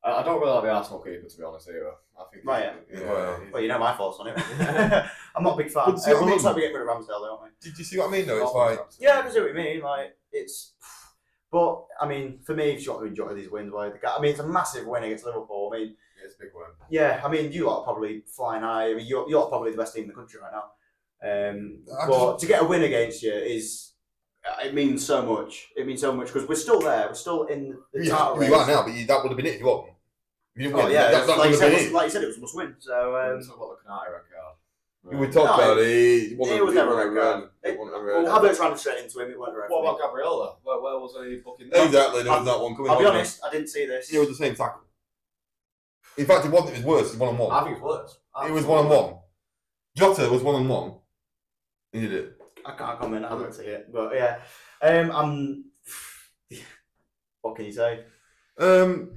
I, I don't really like the Arsenal keeper to be honest either. I think
Right, yeah.
he's-
Yeah.
he's-
Well, you know my thoughts on it. I'm not a big fan.
But see what I
Everyone looks
mean?
like we get rid of Ramsdale, don't we?
Did you see what I mean? Though it's
Oh,
like
Yeah, I can see what you mean. Like it's, but I mean, for me, you've got to enjoy these wins. Why? I mean, it's a massive win against Liverpool. I mean,
it's a big win.
yeah. I mean, you lot are probably flying high. I mean, you're, you're probably the best team in the country right now. Um,
I
but to get a win against you is, uh, it means so much. It means so much because we're still there. We're still in the
you,
title
are-
race.
you are now, but you, that would have been it if you won. If you didn't
Oh
win,
yeah,
that, that
like, you
would
said,
have
it was,
been it.
like you said, it was a must win. So um,
Let's talk about the Canati red card.
we
Right.
talked
No,
about it. It wasn't
it was
it
never
wasn't
a
red.
red.
It wasn't a
well,
red.
Albert's ran straight into him. It went right.
What about Gabriella? Where, where was he booking?
Exactly, there was not one coming.
I'll be
wasn't
honest, I didn't see this.
there? It was the same tackle. In fact, it wasn't. It was worse. It was one on
I
one.
think it's worse. I
It
think
was
it's
one on
worse.
one. Jota was one on one. He did it.
I can't comment. I didn't see it, but yeah, um, I'm. What can you say?
Um,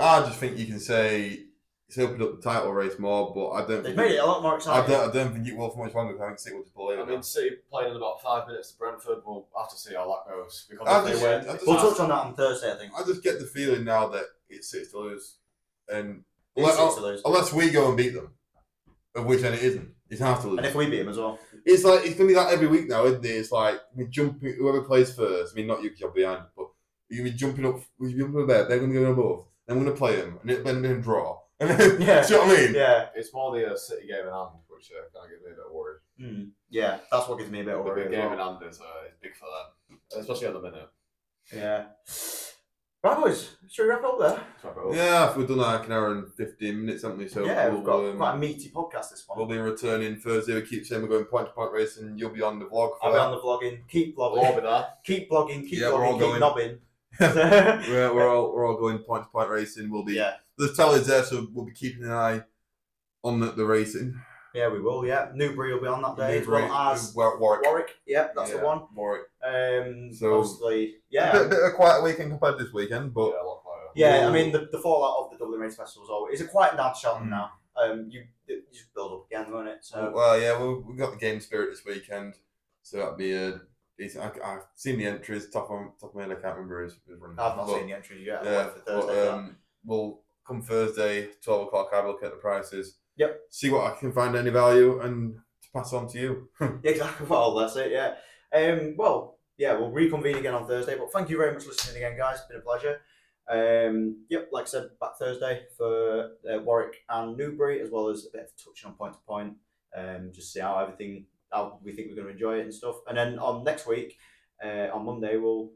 I just think you can say it's opened up the title race more, but I don't.
They've
Think
made it a lot more
I
exciting.
don't. I don't think it will for much longer. I think City will just pull it.
I mean, City playing in about five minutes to Brentford. We'll have to see how that goes because
I
if they
just-
win,
I just-
We'll touch on that on Thursday, I think.
I just get the feeling now that it's City to lose, and
It's
unless,
six to lose.
unless we go and beat them, of which then it isn't. It's half to lose.
And if we beat him as well,
it's like it's gonna be that every week now, isn't it? It's like we jump whoever plays first. I mean, not you because you're behind, but you be jumping up. We jumping up there. They're gonna go above. Then we're gonna play them, and it then then draw. And then,
Yeah.
do you know what I mean?
yeah,
it's more the uh, City game in hand, which uh, kind of gives me a bit of worry.
mm. yeah, that's what gives me a bit of
the
worry.
big
as
game
well.
in hand is, uh, is big for them, especially at the minute.
Yeah. Right, boys, should we wrap up there?
It's my vote.
Yeah, if we've done like an hour and fifteen minutes, haven't we? So
yeah, we've got
um,
quite a meaty podcast this one.
we'll be returning Thursday. We keep saying we're going point to point racing. You'll be on the vlog. For
I'll be
that.
on the vlogging. Keep
We'll all
vlogging.
be there.
keep vlogging. Keep
Yeah, we're all
vlogging. Keep
going.
nobbing.
we're, we're all we're all going point to point racing. We'll be
yeah,
the tallies there, so we'll be keeping an eye on the, the racing.
yeah, we will. Yeah, Newbury will be on that day as well as
Warwick.
Warwick. Yeah, that's the
Yeah,
one.
Warwick.
Um,
So-
mostly, yeah.
Yeah. bit, bit of a quiet weekend compared to this weekend, but
yeah, a lot higher.
Yeah, I mean the, the fallout of the Dublin Race Festival is always it's a quiet down to Cheltenham
Mm.
now. Um, you you just build up again, won't it? So
uh, well, yeah, we we got the game spirit this weekend, so that'd be a decent. I, have seen the entries. Top on top of my head, I can't remember who's who's running.
I've not
but,
seen the entries yet. I'll
Yeah,
wait for Thursday.
but,
for that.
um, we'll come Thursday, twelve o'clock. I will look at the prices.
Yep.
See what I can find any value and to pass on to you.
yeah, exactly. Well, that's it. Yeah. Um, well, yeah, we'll reconvene again on Thursday. But thank you very much for listening again, guys. It's been a pleasure. Um, yep, like I said, back Thursday for uh, Warwick and Newbury, as well as a bit of touching on point to point. um, just see how everything how we think we're going to enjoy it and stuff. And then on next week, uh, on Monday, we'll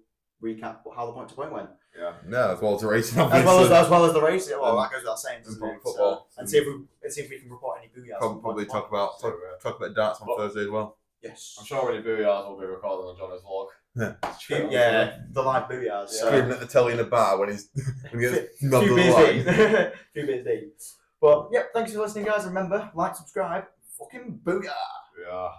recap how the point to point went,
Yeah, as well as the racing.
as well as
obviously.
as well as the race. yeah, Well,
Um,
that goes without saying. doesn't
and
it?
football.
So- and see if we and see if we can report any booyahs.
Prob- Probably talk about talk,
uh,
talk about darts on
Well-
Thursday as well.
yes.
I'm sure any booyahs will be recorded on John's vlog.
Few- yeah, the live booyahs. So.
Screaming at the telly in a bar when he's when he gets nubbed
Few
on the
beers
line.
deep. Few beers deep. But yep, thanks for listening, guys. Remember, like, subscribe, fucking booyah.
Yeah.